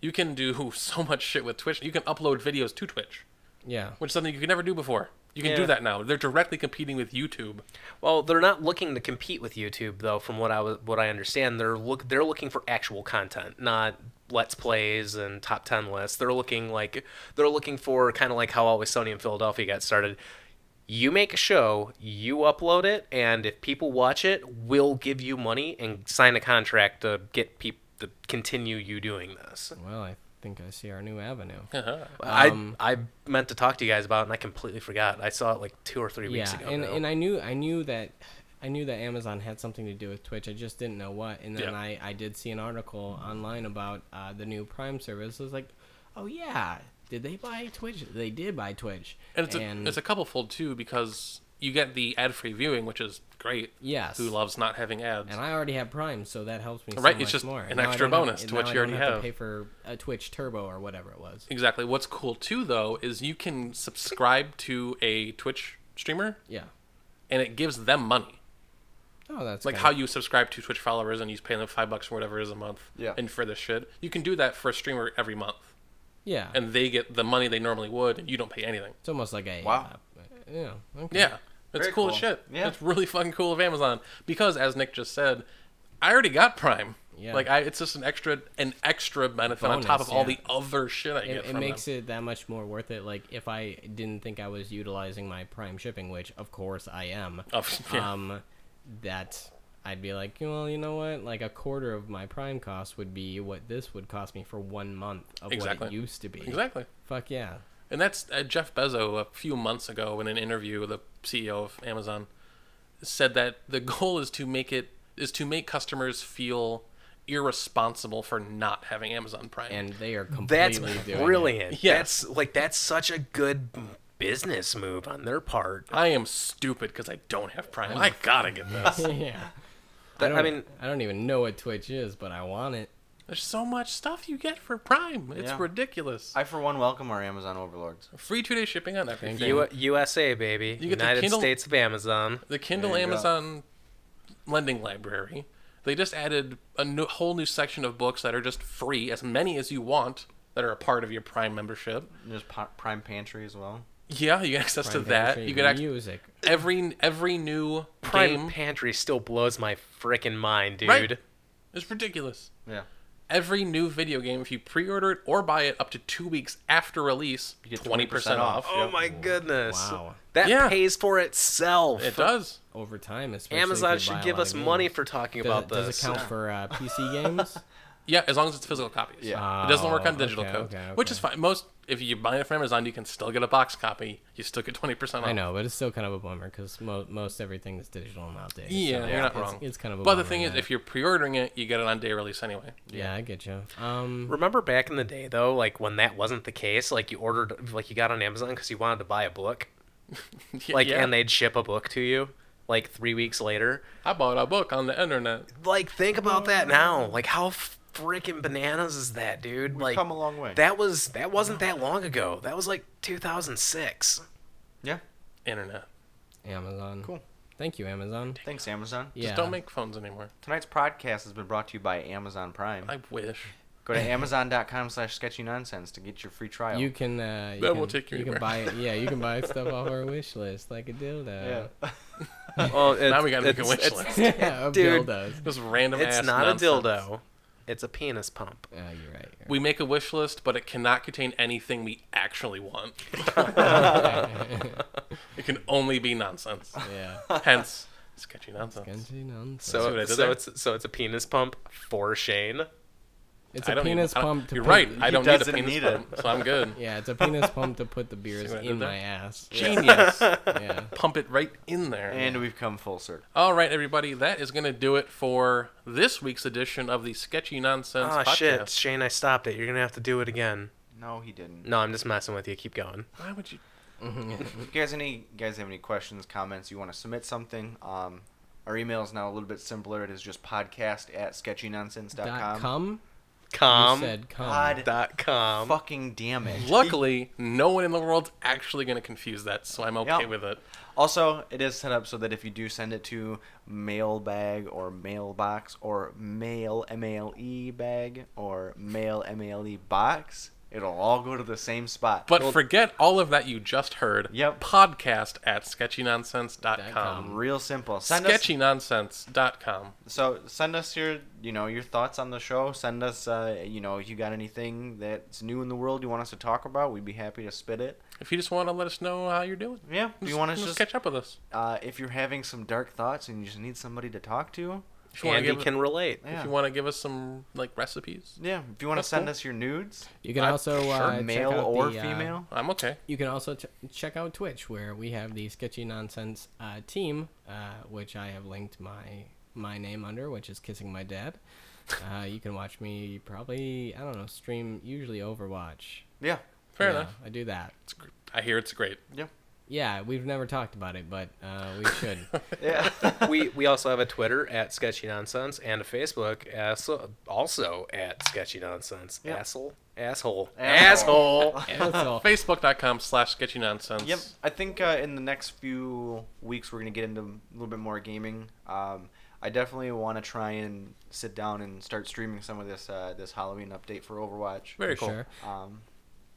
S2: you can do so much shit with Twitch. You can upload videos to Twitch,
S1: Yeah.
S2: which is something you could never do before. You can do
S4: Yeah.
S2: that now. They're directly competing with YouTube.
S4: Well, they're not looking to compete with YouTube though. From what I was, what I understand, they're look they're looking for actual content, not let's plays and top ten lists. They're looking like they're looking for kind of like how Always Sunny in Philadelphia got started. You make a show, you upload it, and if people watch it, we'll give you money and sign a contract to get people to continue you doing this.
S1: Well, I think I see our new avenue. Um,
S4: I I meant to talk to you guys about, it and I completely forgot. I saw it like two or three weeks
S1: yeah,
S4: ago.
S1: and
S4: now.
S1: and I knew I knew that I knew that Amazon had something to do with Twitch. I just didn't know what. And then
S2: Yeah.
S1: I I did see an article online about uh, the new Prime service. I was like, oh yeah, did they buy Twitch? They did buy Twitch.
S2: And it's, a, it's a couple fold too because you get the ad free viewing, which is great.
S1: Yes.
S2: Who loves not having ads?
S1: and I already have Prime, so that helps me. so
S2: Right, it's
S1: much
S2: just
S1: more.
S2: an
S1: Now I
S2: extra
S1: don't have-
S2: bonus to
S1: now
S2: what
S1: I
S2: you
S1: don't
S2: already
S1: have. To
S2: have.
S1: pay for a Twitch Turbo or whatever it was.
S2: Exactly. What's cool too, though, is you can subscribe to a Twitch streamer
S1: Yeah.
S2: and it gives them money.
S1: Oh, that's
S2: Like
S1: kinda-
S2: how you subscribe to Twitch followers and you pay them five bucks or whatever it is a month
S3: Yeah.
S2: and for this shit. You can do that for a streamer every month
S1: Yeah.
S2: and they get the money they normally would and you don't pay anything.
S1: it's almost like a.
S3: Wow.
S1: Uh, yeah. Okay.
S2: Yeah. It's
S3: Very
S2: cool, as
S3: cool.
S2: shit.
S3: Yeah.
S2: It's really fucking cool of Amazon because as Nick just said, I already got Prime.
S1: Yeah.
S2: Like I it's just an extra an extra benefit on top
S1: Bonus,
S2: of all
S1: yeah.
S2: the other shit I get
S1: it, it
S2: from
S1: makes
S2: them.
S1: it that much more worth it like if i didn't think i was utilizing my prime shipping which of course i am
S2: Of- yeah.
S1: um that i'd be like well you know what like a quarter of my prime cost would be what this would cost me for one month of
S2: Exactly.
S1: what it used to be
S2: Exactly.
S1: fuck yeah
S2: And that's uh, Jeff Bezos a few months ago in an interview, the CEO of Amazon said that the goal is to make it is to make customers feel irresponsible for not having Amazon Prime.
S1: and they are
S4: That's
S1: completely doing it.
S4: brilliant.
S2: Yes.
S4: That's like that's such a good business move on their part.
S2: I am stupid because I don't have Prime. I gotta get this.
S1: yeah
S4: That-
S1: don't,
S4: I mean,
S1: i don't even know what twitch is but i want it
S2: There's so much stuff you get for Prime. It's
S3: Yeah.
S2: ridiculous.
S3: I, for one, welcome our Amazon overlords.
S2: Free two day shipping on everything.
S4: U- USA baby,
S2: You get the
S4: United
S2: Kindle-
S4: States of Amazon.
S2: the Kindle
S3: There you go.
S2: Amazon lending library. They just added a new, whole new section of books that are just free, as many as you want, that are a part of your Prime membership.
S3: There's po- Prime Pantry as well.
S2: Yeah, you get access
S1: Prime
S2: to that.
S1: Pantry,
S2: You get ac-
S1: music
S2: every every new
S4: Prime
S2: game.
S4: Pantry still blows my freaking mind, dude.
S2: Right. It's ridiculous.
S3: Yeah.
S2: Every new video game, if you pre-order it or buy it up to two weeks after release,
S3: You get
S2: twenty percent
S3: 20% off.
S2: off.
S4: Oh my goodness.
S1: Wow.
S4: That
S2: Yeah.
S4: pays for itself.
S2: It does.
S1: over time, especially. if
S4: Amazon
S1: you buy
S4: should
S1: a
S4: give
S1: lot
S4: us
S1: of games.
S4: money for talking
S1: Does
S4: about
S1: it,
S4: this.
S1: Does it count for uh, PC games?
S2: Yeah, as long as it's physical copies.
S3: Yeah.
S2: it doesn't work on
S1: Oh,
S2: digital
S1: okay,
S2: codes,
S1: okay,
S2: which is
S1: okay.
S2: fine. Most if you buy it from Amazon, you can still get a box copy. You still get twenty percent off.
S1: I know, but it's still kind of a bummer because mo- most everything is digital nowadays.
S2: Yeah,
S1: so
S2: you're not
S1: it's,
S2: wrong.
S1: It's kind of a
S2: But
S1: bummer
S2: the thing is,
S1: that-
S2: if you're pre-ordering it, you get it on day release anyway.
S1: yeah, I get you. Um,
S4: Remember back in the day though, like when that wasn't the case, like you ordered, like you got on Amazon because you wanted to buy a book, like
S2: yeah.
S4: and they'd ship a book to you, like three weeks later.
S2: I bought a book on the internet.
S4: Like think about that now, like how freaking bananas is that, dude? like
S3: come a long way.
S4: That was that wasn't that long ago. That was like 2006.
S3: Yeah.
S2: Internet.
S1: Amazon.
S3: Cool.
S1: Thank you, Amazon.
S3: Thanks, Amazon.
S1: Yeah.
S2: Just don't make phones anymore.
S3: Tonight's podcast has been brought to you by Amazon Prime.
S2: I wish.
S3: Go to amazon.com slash sketchy nonsense to get your free trial.
S1: You can. Uh, you
S2: That
S1: can,
S2: won't take you
S1: You can
S2: anywhere.
S1: buy. Yeah, you can buy stuff off our wish list, like a dildo.
S3: yeah.
S4: Well, it,
S2: now we gotta make a wish list.
S1: Yeah, of
S4: Dude.
S1: dildos.
S2: This random
S4: It's
S2: ass
S4: not
S2: nonsense.
S4: a dildo. It's a penis pump.
S1: Oh, you're right. You're right.
S2: We make a wish list, but it cannot contain anything we actually want. it can only be nonsense.
S1: Yeah.
S2: Hence, sketchy nonsense.
S1: Sketchy nonsense.
S2: See what I
S4: So
S2: did
S4: so
S2: there?
S4: it's so it's a penis pump for Shane.
S1: it's
S2: I
S1: a
S2: don't even-
S1: penis
S2: I don't-
S1: pump. To
S2: You're
S1: put,
S2: right. I don't need a
S3: doesn't
S2: penis
S3: need
S2: pump, so I'm good.
S1: Yeah, it's a penis pump to put the beers
S2: what I did
S1: in
S2: there?
S1: my ass.
S2: Genius.
S1: Yeah.
S2: Pump it right in there.
S3: And we've come full circle.
S2: All right, everybody, that is going to do it for this week's edition of the Sketchy Nonsense
S4: Oh
S3: Ah,
S2: Podcast.
S4: shit, Shane! I stopped it. You're gonna have to do it again.
S3: No, he didn't.
S4: No, I'm just messing with you. Keep going.
S2: Why would you?
S3: If you guys any you guys have any questions, comments, you want to submit something, um, our email is now a little bit simpler. It is just podcast at
S1: Dot
S3: sketchynonsense.com.
S1: com.
S4: Com.
S2: Um,
S1: you said com.
S3: God
S4: dot com.
S3: fucking damn it.
S2: Luckily, no one in the world's actually going to confuse that, so I'm okay
S3: Yeah.
S2: with it.
S3: Also, it is set up so that if you do send it to mailbag or mailbox or mail MLE E bag or mail MLE E box, it'll all go to the same spot.
S2: But forget all of that you just heard.
S3: Yep.
S2: Podcast at
S1: Dot
S2: sketchynonsense.com.
S1: com.
S3: real simple. Send us
S2: Sketchynonsense.com.
S3: so send us your you know your thoughts on the show. Send us uh, you know if you got anything that's new in the world you want us to talk about. We'd be happy to spit it.
S2: If you just want to let us know how you're doing,
S3: Yeah, if you want us
S2: just,
S3: just
S2: catch up with us.
S3: uh, if you're having some dark thoughts and you just need somebody to talk to.
S2: If you want to
S4: Andy
S2: give,
S4: can relate.
S3: Yeah.
S2: if you want to give us some like recipes,
S3: Yeah, if you want to
S2: That's
S3: send
S2: cool.
S3: us your nudes,
S1: You can
S2: I-
S1: also
S2: sure,
S1: uh, check
S3: male
S1: out
S3: or
S1: the, uh,
S3: female.
S2: I'm okay.
S1: You can also ch- check out Twitch, where we have the Sketchy Nonsense uh, team, uh, which I have linked my my name under, which is Kissing My Dad. Uh, you can watch me probably I don't know stream usually Overwatch.
S3: yeah,
S2: Fair
S1: Yeah,
S2: enough.
S1: I do that.
S2: It's, gr- I hear it's great.
S3: yeah,
S1: Yeah, we've never talked about it, but uh, we should.
S3: yeah.
S4: we we also have a Twitter at Sketchy Nonsense and a Facebook as, also at Sketchy Nonsense.
S3: Yeah.
S4: Asshole. Asshole.
S3: Asshole.
S4: Asshole.
S1: And so-
S2: Facebook.com slash sketchy nonsense.
S3: Yep, I think uh, in the next few weeks we're gonna get into a little bit more gaming. Um, I definitely want to try and sit down and start streaming some of this uh, this Halloween update for Overwatch.
S2: Very
S1: For
S2: cool.
S1: sure.
S3: Um,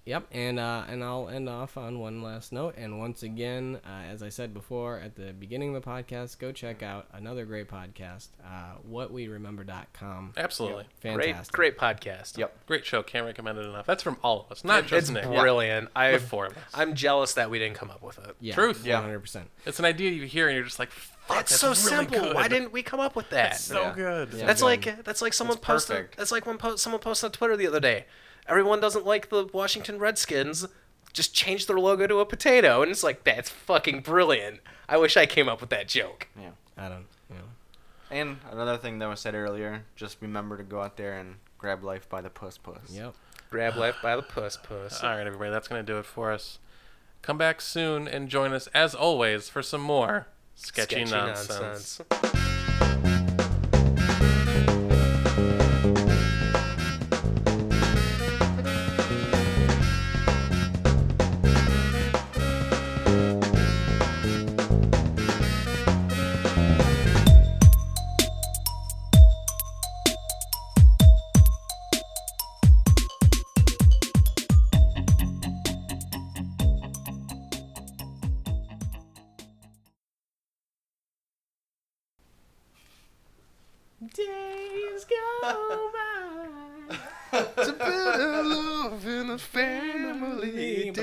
S1: Yep, and uh, and I'll end off on one last note. And once again, uh, as I said before at the beginning of the podcast, go check out another great podcast, uh, whatweremember.com.
S2: Absolutely.
S4: Great,
S1: Fantastic.
S4: great podcast.
S3: yep.
S2: Great show. Can't recommend it enough. That's from all of us, not just
S4: It's
S2: Nick.
S4: brilliant. I
S2: The four of us.
S4: I'm jealous that we didn't come up with it.
S1: Yeah,
S2: Truth.
S3: Yeah.
S1: One hundred percent.
S2: It's an idea you hear and you're just like, fuck,
S4: That's, so
S2: really
S4: simple.
S2: good.
S4: Why didn't we come up with that?
S2: That's so
S3: Yeah.
S2: good.
S1: Yeah.
S4: that's
S1: good.
S4: like that's like someone
S3: It's
S4: posted.
S3: perfect.
S4: That's like when po- someone posted on Twitter the other day. Everyone doesn't like the Washington Redskins. Just change their logo to a potato, and it's like that's fucking brilliant. I wish I came up with that joke.
S3: Yeah.
S1: I don't. You know.
S3: And another thing that was said earlier, just remember to go out there and grab life by the puss puss.
S1: Yep.
S4: Grab life by the puss puss.
S2: All right, everybody. That's going to do it for us. Come back soon and join us, as always, for some more sketchy, nonsense.
S1: Days go by.
S4: It's a better love in the family.